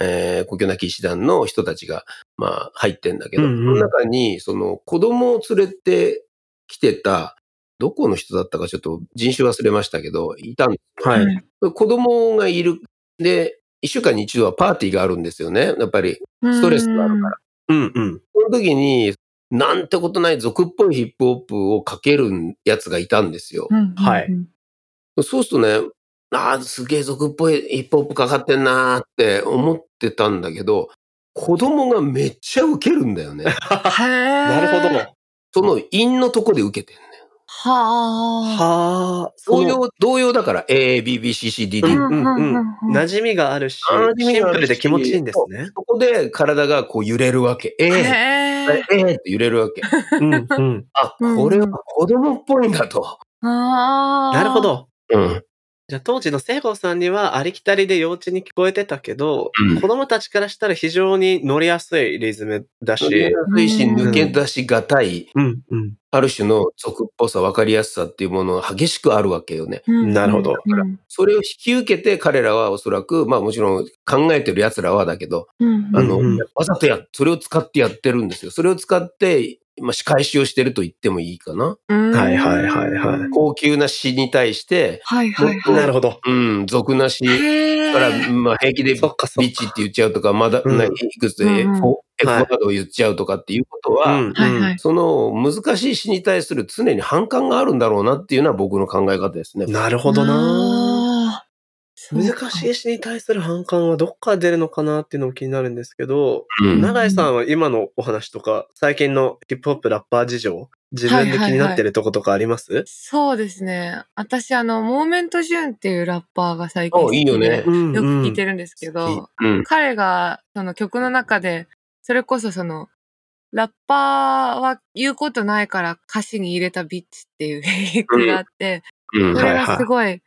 S3: えー、国境なき医師団の人たちが、まあ入ってんだけど、
S1: うんうん
S3: その中に、その子供を連れてきてた、どこの人だったかちょっと人種忘れましたけど、いたん
S1: は
S2: う
S1: い。
S2: ん
S3: 子供がいる。で、一週間に一度はパーティーがあるんですよね。やっぱり、
S2: ー
S3: ストレスがあるから。
S1: うんうん。
S3: その時に、なんてことない俗っぽいヒップホップをかけるやつがいたんですよ。
S2: うんうんうん
S1: はい
S3: そうするとね、ああ、すげえ俗っぽいヒップホップかかってんなーって思ってたんだけど、子供がめっちゃウケるんだよね。
S2: へえ
S1: なるほど。
S3: その陰のとこでウケてんね。
S2: はあ。
S1: はあ。そ
S3: 同
S1: の
S3: 様、同様だから、A, B, B, C, C, D, D
S1: うんうん
S2: う
S1: うんん
S2: うん
S1: 馴染みがあるし、
S3: 馴染み
S1: シン
S3: があ
S1: プ
S3: るし
S1: ルで気持ちいいんですね。
S3: そこで体がこう揺れるわけ。え
S2: へえ。
S3: えええって揺れ るわけ。
S1: うん うん。
S3: あ、
S2: うん
S3: これは子供っぽいんだと。
S2: あー
S1: なるほ。ど。
S3: うん。
S1: じゃあ当時の聖子さんにはありきたりで幼稚に聞こえてたけど、
S3: うん
S1: 子供たちからしたら非常に乗りやすいリズムだし、
S3: 推進抜け出しがたい、
S1: うんうん。
S3: ある種の俗っぽさ、わかりやすさっていうものが激しくあるわけよね。
S2: うん
S1: なるほど
S2: うん
S3: それを引き受けて彼らはおそらく、まあもちろん考えてる奴らはだけど、
S2: うん
S3: あの、
S1: うんうん
S3: わざとや、それを使ってやってるんですよ。それを使って、まあ仕返しをしてると言ってもいいかな。
S2: うん
S1: はいはいはいはい
S3: 高級な詩に対して、
S2: はいはいはい。
S1: なるほど。
S3: うん、俗な詩
S2: へえ。
S3: から、まあ平気で
S1: そっかそっ
S3: ビッチって言っちゃうとか、まだ、
S1: うん
S3: ないくつで
S2: うん
S3: F
S2: う
S1: は
S2: ん
S1: い
S3: ワードを言っちゃうとかっていうこと
S1: か。
S3: は、
S1: うん
S2: はいは
S1: う
S2: い。
S3: その難しい詩に対する常に反感があるんだろうなっていうのは僕の考え方ですね
S1: ん。。なるほどな。
S2: あー。
S1: 難し
S2: い。
S1: い詩に対する反感はどっから出るのかなっていうのも気になるんですけど、
S3: うん
S1: 永井さんは今のお話とか、最近のヒップホップラッパー事情、自分で気になってるとことかあります
S2: そうですね。私、あの、モーメントジューンっていうラッパーが最近
S3: あ
S2: 好きで。
S3: いいよね
S1: うん
S2: よく聞いて
S1: る。
S2: るんですけ
S1: 好
S2: ど、
S3: うん
S2: 彼がその曲の中で、それこそその、ラッパーは言うことないから歌詞に入れたビッチっていう 曲があって、
S3: うん
S2: そ
S1: は
S2: れ
S1: い
S2: がすごい、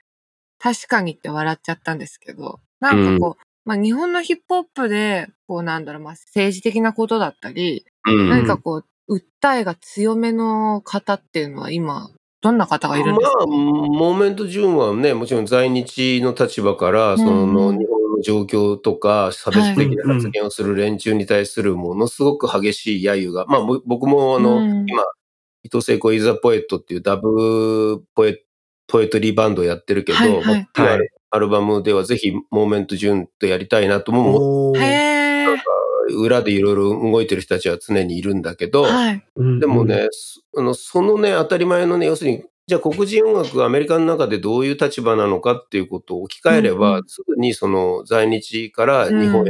S2: 確かにって笑っちゃったんですけど、なんかこう、まあ、日本のヒップホップで、こうなんだろう、まあ、政治的なことだったり、
S3: うん
S2: 何かこう、訴えが強めの方っていうのは今、どんな方がいるんですか
S3: まあ、モーメント・ジューンはね、もちろん在日の立場から、その、
S2: うん
S3: 日本の状況とか、差別的な発言をする連中に対するものすごく激しい揶揄が、まあ、ぼ僕もあの、
S2: うん
S3: 今、伊藤聖子イザ・ポエットっていうダブポエ、ポエトリーバンドをやってるけど、
S2: はいはい
S3: 僕の
S1: はい
S3: アルバムではぜひ、モーメント・ジューンとやりたいなとも思っ
S1: おー
S2: へー。
S3: て、裏でいろいろ動いてる人たちは常にいるんだけど、
S2: はい。
S1: うん
S3: でもね、、そあのそのね、当たり前のね、要するに、じゃあ黒人音楽がアメリカの中でどういう立場なのかっていうことを置き換えれば、
S2: うんう
S3: すぐにその在日から日本への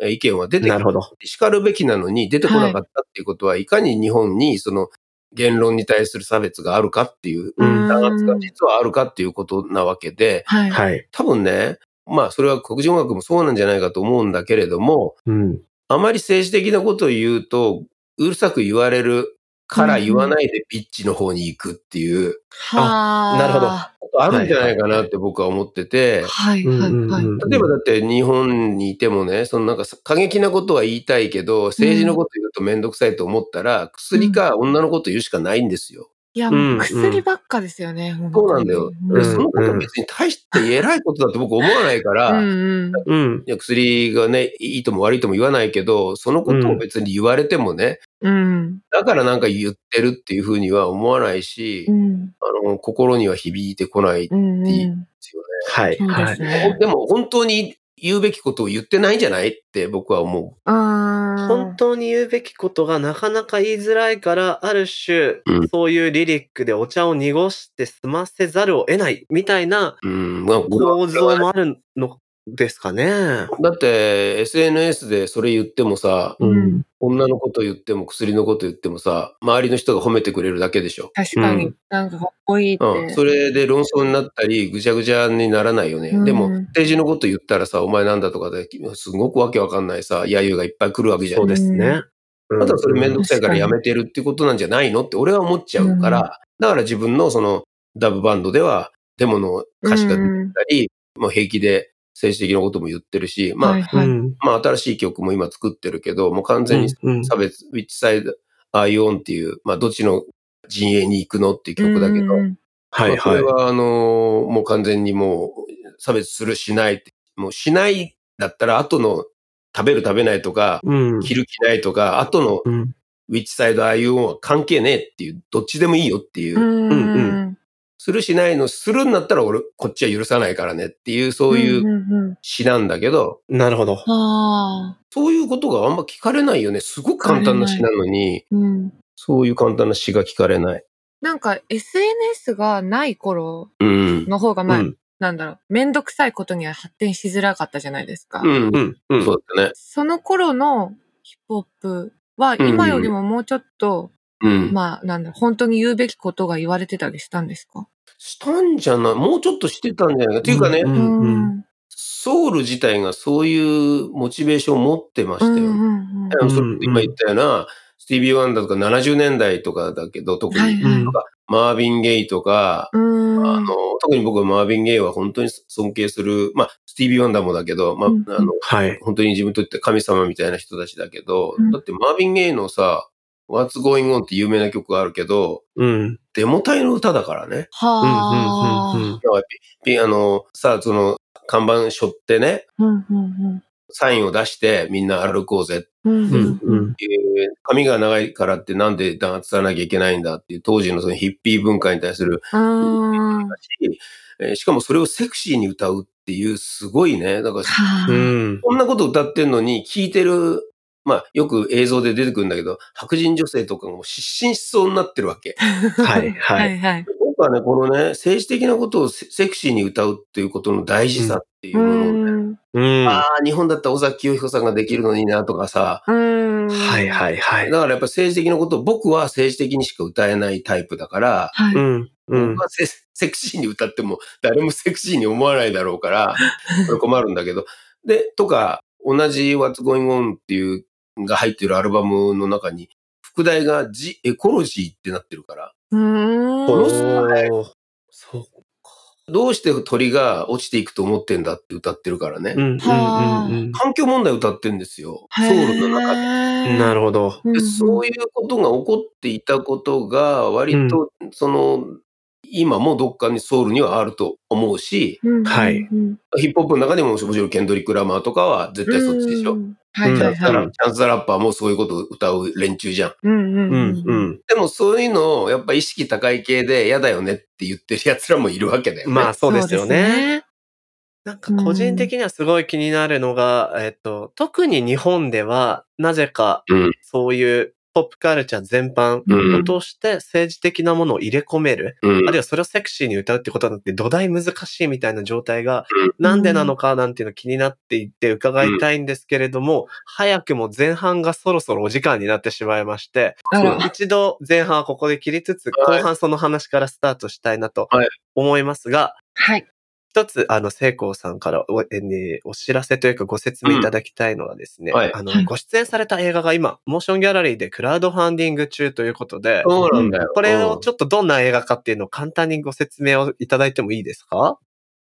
S3: え意見は出
S1: うん
S3: てく
S1: なる
S3: る。
S1: ほど。
S3: 叱るべきなのに出てこなかったっていうことは、い、かに日本にその言論に対する差別があるかっていう、
S1: うん
S3: 弾圧が実はあるかっていうことなわけで、
S2: はい。
S1: はい。
S3: 多分ね、まあそれは黒人音楽もそうなんじゃないかと思うんだけれども、
S1: うん。
S3: あまり政治的なことを言うと、うるさく言われるから言わないでピッチの方に行くっていう、
S2: はー
S1: なるほど
S3: ことあるんじゃないかなって僕は思ってて、
S2: はい、
S1: うん
S2: はい、
S1: うん
S2: はい。
S1: うん
S3: 例えばだって日本にいてもね、そのなんか過激なことは言いたいけど、政治のこと言うとめんどくさいと思ったら、薬か女のこと言うしかないんですよ。
S2: いや、
S1: うん
S2: もう薬ばっかですよね。本当
S3: そ
S2: に
S3: うなんだよ。
S2: う
S3: で
S2: ん
S3: そのこと別に大して偉いことだと僕思わないから、
S2: うんうん。
S1: うん。
S3: いや薬がね、いいとも悪いとも言わないけど、そのことを別に言われてもね、
S2: うん。
S3: だからなんか言ってるっていうふうには思わないし、
S2: うん。
S3: あの、心には響いてこないで
S2: うんうん。
S3: すよ
S1: はい。
S2: そう
S1: は
S2: で
S1: い
S2: す。ね
S3: ね。。でも本当に言うべきことを言ってないんじゃないって僕は思
S2: うーん。
S1: 本当に言うべきことがなかなか言いづらいから、ある種、
S3: うん
S1: そういうリリックでお茶を濁して済ませざるを得ないみたいな
S3: う。うん、まあ僕は
S1: 構造もあるのですかね。
S3: だって SNS でそれ言ってもさ、
S2: うん。
S3: 女のこと言っても薬のこと言ってもさ、周りの人が褒めてくれるだけでしょ。
S2: 確か
S1: う
S2: に、なんかかっこいいって。
S3: うん、それで論争になったり、ぐちゃぐちゃにならないよね。
S2: うん
S3: でも、政治のこと言ったらさ、お前なんだとかですごくわけわかんないさ、揶揄がいっぱい来るわけじゃ
S1: そ
S3: ん
S1: う。ですね。
S3: あとはそれめんど
S1: く
S3: くさいからやめてるってことなんじゃないのって俺は思っちゃうから、
S2: う
S3: だから自分のそのダブバンドではデモの歌詞が出て
S2: うん
S3: たり、もう平気で政治的なことも言ってるし、まあ、
S2: はいはい
S3: まあ新しい曲も今作ってるけど、もう完全に
S1: うん
S3: 差別、Which Side Are You On っていう、まあどっちの陣営に行くのっていう曲だけど、
S2: うんうん
S1: はい
S3: まあそ
S1: は
S3: れ
S1: い。
S3: はあのーもう完全にもう差別するしないって、もうしないだったら後の食べる食べないとか、
S1: うん
S3: 着る着ないとか、後の
S1: うん
S3: ウィッチサイド IO は関係ねえっていう、どっちでもいいよっていうう、
S2: ん
S1: うんう
S3: するしないの、するんだったら俺、こっちは許さないからねっていう、そういうん
S2: うん
S3: 詩なんだけど、
S1: なるほど。
S2: ああ。
S3: そういうことがあんま聞かれないよね。すごく簡単な詩なのに、
S2: うん。
S3: そういう簡単な詩が聞かれない。
S2: なんか SNS がない頃
S3: うん。
S2: の方が、
S1: う
S2: まあ、
S1: ん。
S2: なんだろう、めんどくさいことには発展しづらかったじゃないですか。
S3: うん
S1: う。ん。うん。
S3: そうだね。
S2: その頃のヒップホップは
S3: うん
S2: 今よりももうちょっと、
S3: うん。
S2: まあ、なんだろう、本当に言うべきことが言われてたりしたんですか
S3: したんじゃないもうちょっとしてたんじゃないか。っていうかね、
S1: うんうん
S3: ソウル自体がそういうモチベーションを持ってましたよね。
S2: うんうんうん
S3: だからそれ今言ったような、スティービー・ワンダーとか70年代とかだけど、特に、
S2: はいはい
S1: うん
S3: マーヴィン・ゲイとか、
S2: うん
S3: あの、特に僕はマーヴィン・ゲイは本当に尊敬する、まあ、スティービー・ワンダーもだけど、まあ、
S2: うん
S3: あの、
S1: はい。
S3: 本当に自分にとって神様みたいな人たちだけど、
S2: うん
S3: だってマーヴィン・ゲイのさ、What's Going On って有名な曲があるけど、
S1: うん。
S3: デモ隊の歌だからね。
S2: はあ。
S1: うん。うん。うん。
S3: であの、さあ、その、看板背負ってね、
S2: うんうん
S3: サインを出してみんな歩こうぜ
S2: うん。
S1: う
S2: うんん。うん。
S3: えー髪が長いからってなんで弾圧されなきゃいけないんだっていう当時のそのヒッピー文化に対する、
S2: うん。は
S3: えーしかもそれをセクシーに歌うっていうすごいね、だから
S1: う
S2: あ。
S1: ん。
S3: こんなこと歌ってんのに聞いてる、まあよく映像で出てくるんだけど、白人女性とかも失神しそうになってるわけ。
S1: はいは。
S2: はいいはい。
S3: 僕はね、このね、政治的なことをセセクシーに歌うっていうことの大事さっていう
S2: う
S3: ものをね、
S2: ん。
S1: うん。は
S3: ああ、日本だったら尾崎清彦さんができるのになとかさ、
S2: うん。
S1: いはいは
S3: だ
S1: い。。
S3: からやっぱ政治的なことを僕は政治的にしか歌えないタイプだから、
S2: はいう
S1: ん。うん
S3: 僕。はセセクシーに歌っても誰もセクシーに思わないだろう から、これ困るんだけど。で、とか、同じ What's Going On っていうが入ってるアルバムの中に、副題がジエコロジーってなってるから、
S2: うーん。
S3: この人
S1: おーそう
S3: どうして鳥が落ちていくと思ってんだって歌ってるからね。
S1: うんうんうんうん
S3: 環境問題歌ってんですよ。ソウルの中で。
S2: で
S1: なるほど。
S3: でそういうことが起こっていたことが、割と、その、今もどっかにソウルにはあると思うし、
S2: うん。
S1: はい
S2: うん。
S3: ヒップホップの中でも、もちろんケンドリック・ラマーとかは絶対そっちでしょ。
S2: う
S3: チ
S2: ん。はい
S1: うん
S2: は
S3: ャ
S2: い
S3: ンス・ラ
S2: は
S1: う
S2: い
S1: ん。
S3: チャンスラッパーもそういうことを歌う連中じゃん。
S2: うんう
S1: うんん
S2: う。
S1: うんん。
S3: でもそういうのをやっぱ意識高い系で嫌だよねって言ってる奴らもいるわけだよね。
S1: まあそうですよ
S2: そうです
S1: ね。なんか個人的にはすごい気になるのが、えっと、特に日本ではなぜか
S3: うん
S1: そういうポップカルチャー全般
S3: うん
S1: を通して政治的なものを入れ込める。
S3: うん
S1: あるいはそれをセクシーに歌うってことなんて土台難しいみたいな状態が
S3: うん
S1: なんでなのかなんていうの気になっていて伺いたいんですけれども、早くも前半がそろそろお時間になってしまいまして、
S2: あ
S3: そう
S2: ら。
S1: 一度前半はここで切りつつ、
S3: はい
S1: 後半その話からスタートしたいなと
S3: はい
S1: 思いますが、
S2: はい。
S1: 一つ、あの、聖光さんからお,、えーねお知らせというかご説明いただきたいのはですね、
S3: うんはい
S1: あ
S2: はい
S1: の、ご出演された映画が今、モーションギャラリーでクラウドファンディング中ということで、
S3: そうなんだよ。
S1: これを
S3: うん
S1: ちょっとどんな映画かっていうのを簡単にご説明をいただいてもいいですか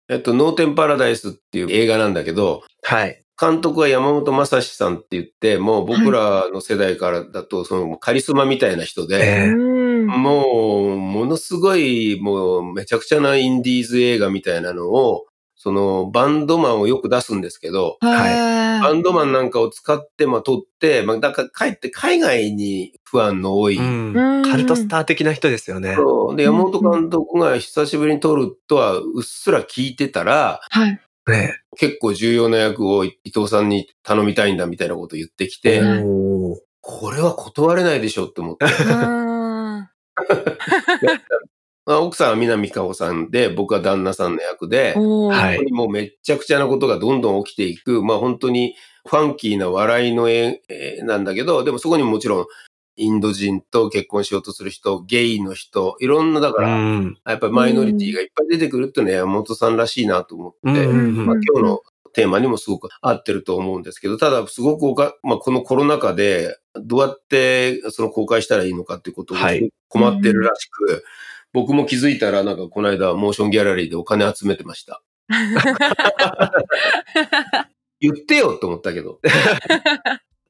S3: えっと、ノーテンパラダイスっていう映画なんだけど、
S1: はい。
S3: 監督は山本正史さんって言って、もう僕らの世代からだと、そのカリスマみたいな人で、
S1: え
S2: うん
S3: もう、ものすごい、もうめちゃくちゃなインディーズ映画みたいなのを、そのバンドマンをよく出すんですけど、
S2: は
S3: バンドマンなんかを使って、まあ、撮って、まあ、だから、かえって海外に不安の多い。
S1: うん
S2: うん
S1: カルトスター的な人ですよね。
S3: そうで、
S2: うん
S3: 山本監督が久しぶりに撮るとは、うっすら聞いてたら、
S2: はい。
S1: ね
S3: 結構重要な役を伊藤さんに頼みたいんだみたいなこと言ってきて、
S2: うん
S1: おー
S3: これは断れないでしょって思って。
S2: うん
S3: まあ奥さんは南美香穂さんで、僕は旦那さんの役で、
S2: おー
S1: はい
S3: 本当にもうめっちゃくちゃなことがどんどん起きていく、まあ本当にファンキーな笑いの絵えーなんだけど、でもそこにもちろんインド人と結婚しようとする人、ゲイの人、いろんなだから、
S1: うん
S3: やっぱりマイノリティがいっぱい出てくるっていうのは山本さんらしいなと思って、
S1: うん
S3: まあ、今日のテーマにもすごく合ってると思うんですけど、ただすごくおか、まあ、このコロナ禍でどうやってその公開したらいいのかっていうことを
S1: はい
S3: すごく困ってるらしく、僕も気づいたらなんかこの間モーションギャラリーでお金集めてました。 言ってよと思ったけど。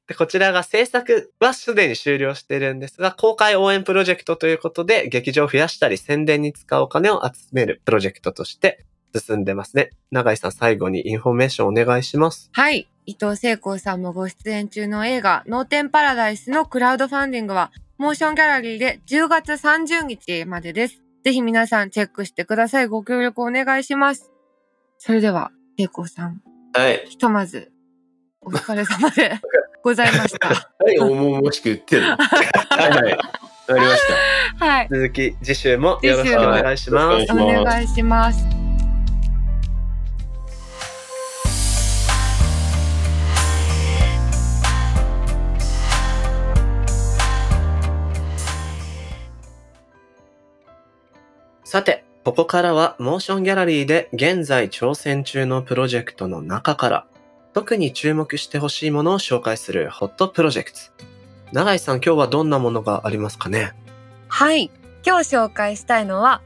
S1: でこちらが制作はすでに終了してるんですが、公開応援プロジェクトということで、劇場を増やしたり宣伝に使うお金を集めるプロジェクトとして進んでますね。永井さん、最後にインフォメーションお願いします。
S2: はい。伊藤聖光さんもご出演中の映画、ノーテンパラダイスのクラウドファンディングは、モーションギャラリーで10月30日までです。ぜひ皆さんチェックしてください。ご協力お願いします。それでは、聖光さん、
S3: はい。
S2: ひとまず、お疲れ様でございま した。
S3: はい、重々しく言 ってる。はいはい。わかりました。
S2: はい。
S1: 続き、次週もよろしくお願いしま
S3: 次
S1: す
S3: 週
S2: お。願いします。
S1: さて、ここからはモーションギャラリーで現在挑戦中のプロジェクトの中から、特に注目してほしいものを紹介するホットプロジェクト。永井さん、今日はどんなものがありますかね
S2: はい。今日紹介したいのは、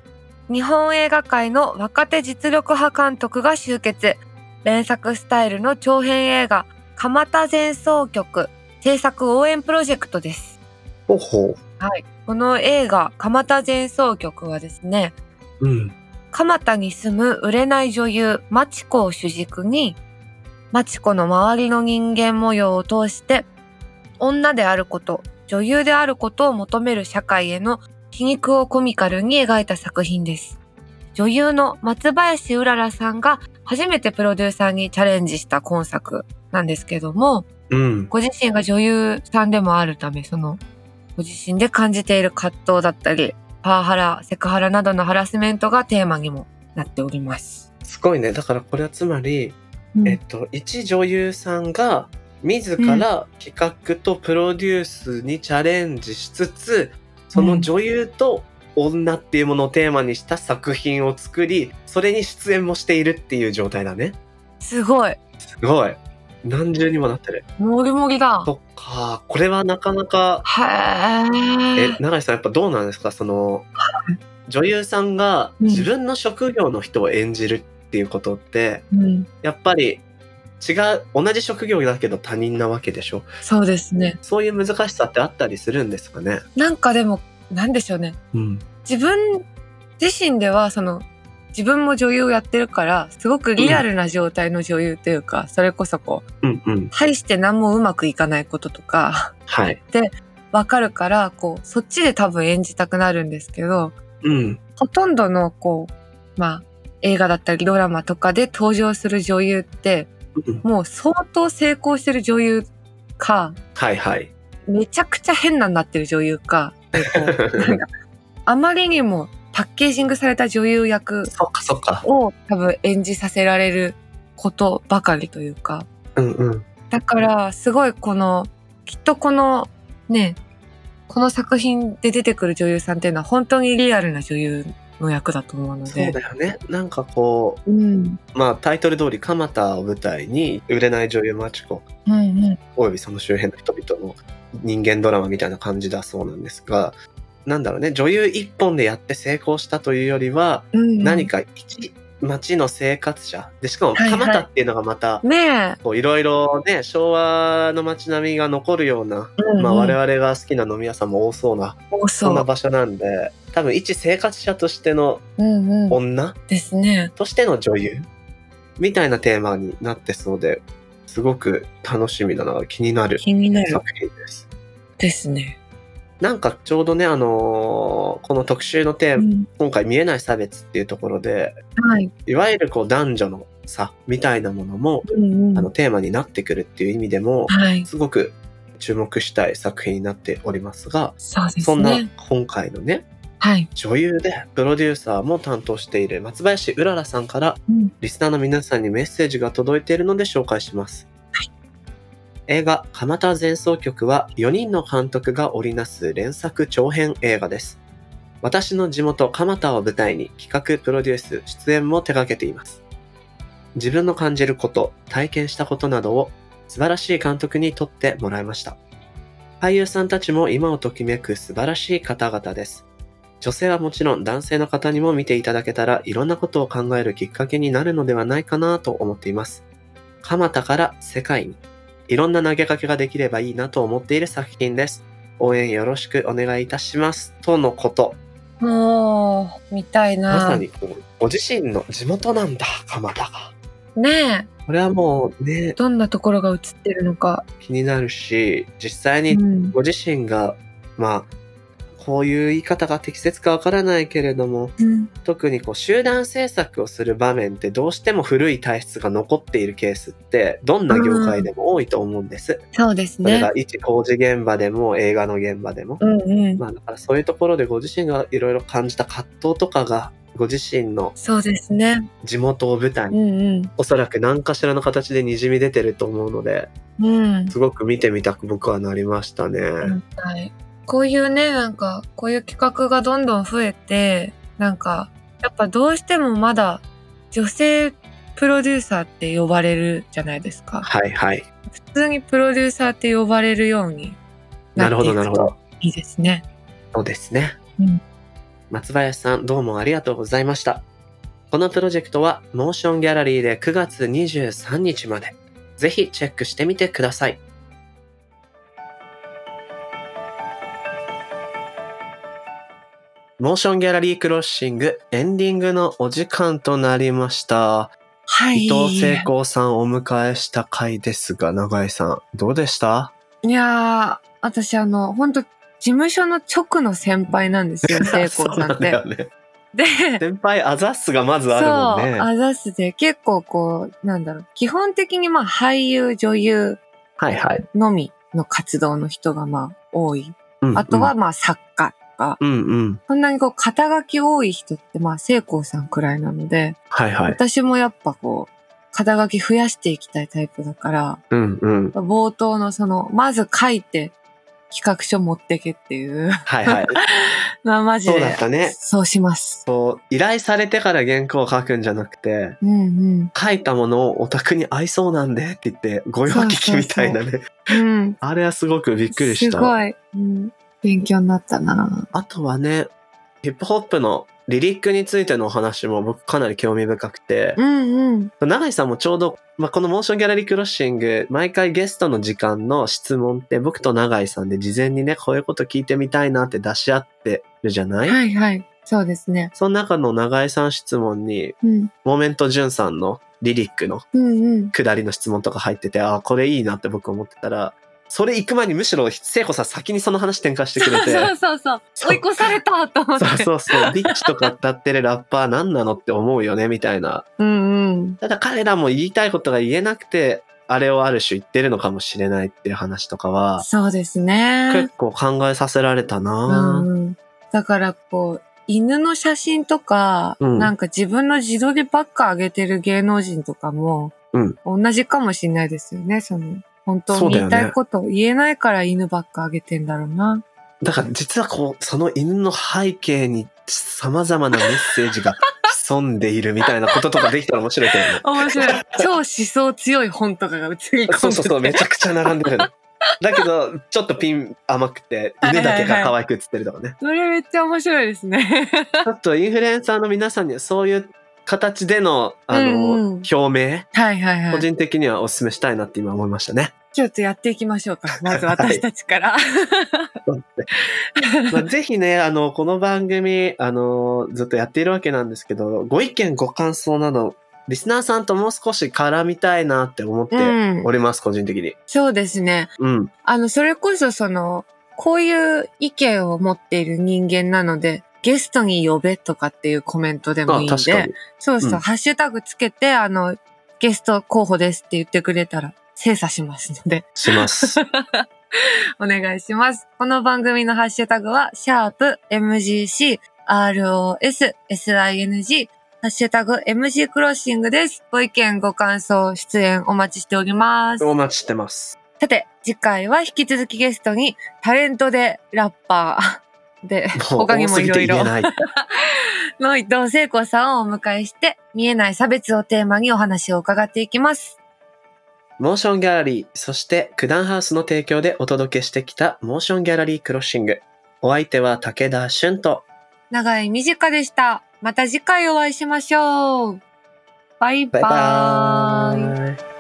S2: 日本映画界の若手実力派監督が集結。連作スタイルの長編映画、蒲田前奏曲制作応援プロジェクトです。
S1: ほうほ
S2: はい。この映画、蒲田前奏曲はですね、
S1: う。うん。
S2: 蒲田に住む売れない女優、マチコを主軸に、マチコの周りの人間模様を通して、女であること、女優であることを求める社会への皮肉をコミカルに描いた作品です。女優の松林うららさんが初めてプロデューサーにチャレンジした今作なんですけども、
S1: うん。
S2: ご自身が女優さんでもあるため、その、ご自身で感じている葛藤だったり、パワハラ、セクハラなどのハラスメントがテーマにもなっております。
S1: すごいね。だからこれはつまり、えっと、一女優さんが自ら企画とプロデュースにチャレンジしつつ、その女優と女っていうものをテーマにした作品を作り、それに出演もしているっていう状態だね。
S2: すごい。
S1: すごい。何重にもなってる。
S2: もりもりだ。
S1: そっか。これはなかなか、
S2: へ
S1: え
S2: ー。、
S1: 永井さんやっぱどうなんですかその、女優さんが
S4: うん
S1: 自分の職業の人を演じるっていうことって、
S4: うん。
S1: やっぱり違う、同じ職業だけど他人なわけでしょ。
S2: そうですね。
S1: そういう難しさってあったりするんですかね。
S2: なんかでも、なんでしょうね。
S1: うん。
S2: 自分自身では、その、自分も女優をやってるから、すごくリアルな状態の女優というか、それこそこう、
S1: うんうん。
S2: 大して何もうまくいかないこととか、
S1: はい。
S2: わかるから、こう、そっちで多分演じたくなるんですけど、
S1: うん。
S2: ほとんどの、こう、まあ、映画だったりドラマとかで登場する女優って、
S1: うん
S2: もう相当成功してる女優か、
S1: はいはい。
S2: めちゃくちゃ変なになってる女優か、でこうなんかあまりにもパッケージングされた女優役
S1: そっかそっか。
S2: を多分演じさせられることばかりというか、
S1: うんうん。
S2: だからすごいこの、きっとこのね、この作品で出てくる女優さんっていうのは本当にリアルな女優の役だと思うの
S1: そう
S2: で、
S1: だよね。なんかこ
S4: うん。
S1: う、まあタイトル通り、蒲田を舞台に、売れない女優マチコ、
S4: うんうん。
S1: およびその周辺の人々の人間ドラマみたいな感じだそうなんですが、なんだろうね、女優一本でやって成功したというよりは、
S2: うん
S1: 何か一町の生活者。で、しかも
S2: はいはい
S1: 蒲田っていうのがまた、
S2: ねえ、
S1: こういろいろね、昭和の街並みが残るような、まあ我々が好きな飲み屋さんも多そうな、
S2: 多
S1: そん
S2: そ
S1: な
S2: う。
S1: 場所なんで、多分一生活者としての
S2: うんうん、
S1: 女
S2: ですね。
S1: としての女優みたいなテーマになってそうで、すごく楽しみだな、気になる
S2: 気になる
S1: 作品です。
S2: ですね。
S1: なんかちょうどね、あのーこの特集のテーマ、
S4: うん
S1: 今回見えない差別っていうところで、
S2: はい。
S1: いわゆるこう男女の差みたいなものも、
S4: うんうん
S1: あのテーマになってくるっていう意味でも、
S2: はい。
S1: すごく注目したい作品になっておりますが、
S2: そうですね。
S1: そんな今回のね、
S2: はい。
S1: 女優でプロデューサーも担当している松林うららさんから
S4: うん
S1: リスナーの皆さんにメッセージが届いているので紹介します、映画「蒲田前奏曲」は4人の監督が織りなす連作長編映画です私の地元蒲田を舞台に企画プロデュース出演も手掛けています自分の感じること体験したことなどを素晴らしい監督に撮ってもらいました俳優さんたちも今をときめく素晴らしい方々です女性はもちろん男性の方にも見ていただけたらいろんなことを考えるきっかけになるのではないかなと思っています。蒲田から世界にいろんな投げかけができればいいなと思っている作品です。応援よろしくお願いいたします。とのこと。
S2: もう、見たいな。
S1: まさにこうご自身の地元なんだ、蒲田が。
S2: ねえ、
S1: これはもうね、
S2: どんなところが映ってるのか。
S1: 気になるし、実際に
S4: うん
S1: ご自身が、まあ、こういう言い方が適切かわからないけれども、
S4: うん
S1: 特にこう集団制作をする場面ってどうしても古い体質が残っているケースってどんな業界でも多いと思うんです。
S2: そうです
S1: それ
S2: ね
S1: が。一工事現場でも映画の現場でも。
S2: うんうん。
S1: まあだからそういうところでご自身がいろいろ感じた葛藤とかがご自身の
S2: そうですね。
S1: 地元を舞台
S2: う
S1: に
S2: ん
S1: おそらく何かしらの形でにじみ出てると思うので
S2: うん。うん。
S1: すごく見てみたく僕はなりましたね。
S2: はい。こういうね、なんか、こういう企画がどんどん増えて、なんか、やっぱどうしてもまだ女性プロデューサーって呼ばれるじゃないですか。
S1: はいはい。
S2: 普通にプロデューサーって呼ばれるようにな
S1: なるほ
S2: ってい
S1: どなる
S2: く
S1: ほど
S2: と。いいですね。
S1: そうですね。
S4: うん
S1: 松林さん、どうもありがとうございました。このプロジェクトは、モーションギャラリーで9月23日まで、ぜひチェックしてみてください。モーションギャラリークロッシングエンディングのお時間となりました。
S2: はい。
S1: 伊藤聖光さんをお迎えした回ですが、永井さん、どうでした
S2: いやー、私あの、本当事務所の直の先輩なんですよ、聖
S1: そ
S2: 光
S1: う
S2: さん
S1: なだ
S2: って
S1: よ。ね。
S2: で、
S1: 先輩、アザッスがまず
S2: そう、
S1: あるもんね。
S2: あざすで結構こう、なんだろう、基本的にまあ俳優、女優
S1: はいはい。
S2: のみの活動の人がまあ多い。
S1: うんうん
S2: あとは、まあ作家とか、
S1: うんうん。
S2: そんなにこう肩書き多い人ってまあ聖光さんくらいなので、
S1: はいはい。
S2: 私もやっぱこう、肩書き増やしていきたいタイプだから、
S1: うんうん。
S2: 冒頭のその、まず書いて企画書持ってけっていう。
S1: はいはい。
S2: まあマジで。
S1: そうだったね
S2: そうします。
S1: そう、依頼されてから原稿を書くんじゃなくて、
S2: うんうん。
S1: 書いたものをオタクに合いそうなんでって言って、ご用聞きみたいなね。
S2: うん。
S1: あれはすごくびっくりし
S2: す
S1: た。
S2: ごい、うん。勉強になったな。
S1: あとはね、ヒップホップのリリックについてのお話も僕かなり興味深くて、
S2: うんうん。
S1: 永井さんもちょうど、まあ、このモーションギャラリークロッシング、毎回ゲストの時間の質問って、僕と永井さんで事前にね、こういうこと聞いてみたいなって出し合ってるじゃない、
S2: はいはい。そうですね。
S1: その中の永井さん質問に、
S2: うん。
S1: モメント淳さんのリリックの
S2: うんうん。
S1: 下りの質問とか入ってて、ああ、これいいなって僕思ってたら、それ行く前にむしろ聖子さん先にその話転換してくれて。
S2: そうそうそう。
S1: そう
S2: 追い越されたと思って。
S1: そうそうそう。ビッチとか歌ってるラッパー何なのって思うよね、みたいな。
S2: うんうん。
S1: ただ彼らも言いたいことが言えなくて、あれをある種言ってるのかもしれないっていう話とかは、
S2: そうですね
S1: 結。構考えさせられた
S2: う
S1: な、
S2: ん。だからこう、犬の写真とか、
S1: うん
S2: なんか自分の自撮りばっか上げてる芸能人とかも、
S1: うん
S2: 同じかもしれないですよね。その、本当
S1: そう
S2: に
S1: だよ
S2: 言
S1: ね
S2: いたいこと言えないから犬ばっか上げてんだろうな。
S1: だから実はこう、その犬の背景に様々なメッセージが潜んでいるみたいなこととかできたら面白いけど ね。
S2: 面白い。超思想強い本とかが映り込んで
S1: そうそうそう、め
S2: て
S1: ちゃくちゃ並んでるの。だけど、ちょっとピン甘くて、犬だけが可愛く映ってるとかね。
S2: それめっちゃ面白いですね。
S1: ちょっとインフルエンサーの皆さんにはそういう形での、あの、
S2: うんうん
S1: 表明、
S2: はいはいは
S1: 個
S2: い。
S1: 人的にはお勧めしたいなって今思いましたね。
S2: ちょっとやっていきましょう か。まず私たちから。
S1: まあ、ぜひね、あの、この番組、あの、ずっとやっているわけなんですけど、ご意見、ご感想など、リスナーさんともう少し絡みたいなって思って
S2: うん
S1: お。ります、個人的に。
S2: そうですね。
S1: うん。
S2: あの、それこそその、こういう意見を持っている人間なので、ゲストに呼べとかっていうコメントでも
S1: あ
S2: いいん
S1: 確か
S2: で、
S1: に。
S2: そうそう、
S1: うん
S2: ハッシュタグつけて、あの、ゲスト候補ですって言ってくれたら、精査しますので、
S1: し ます。
S2: お願いします。この番組のハッシュタグは、シャープ m g c r o s s i n g ハッシュタグ MG クロッシングです。ご意見、ご感想、出演お待ちしております。
S1: お待ちして ます。
S2: さて、次回は引き続きゲストに、タレントでラッパーで、
S1: もう
S2: 他に
S1: 多
S2: も
S1: す
S2: い
S1: ぎ
S2: ろ
S1: て
S2: い
S1: 言
S2: ろ
S1: え、ない。
S2: の伊藤聖子さんをお迎えして、見えない差別をテーマにお話を伺っていきます。
S1: モーションギャラリー、そして九段ハウスの提供でお届けしてきたモーションギャラリークロッシング。お相手は武田俊と
S2: 長い短でした。また次回お会いしましょう。バイ
S1: バ
S2: バ
S1: イ
S2: バイバーイ
S1: バーイ。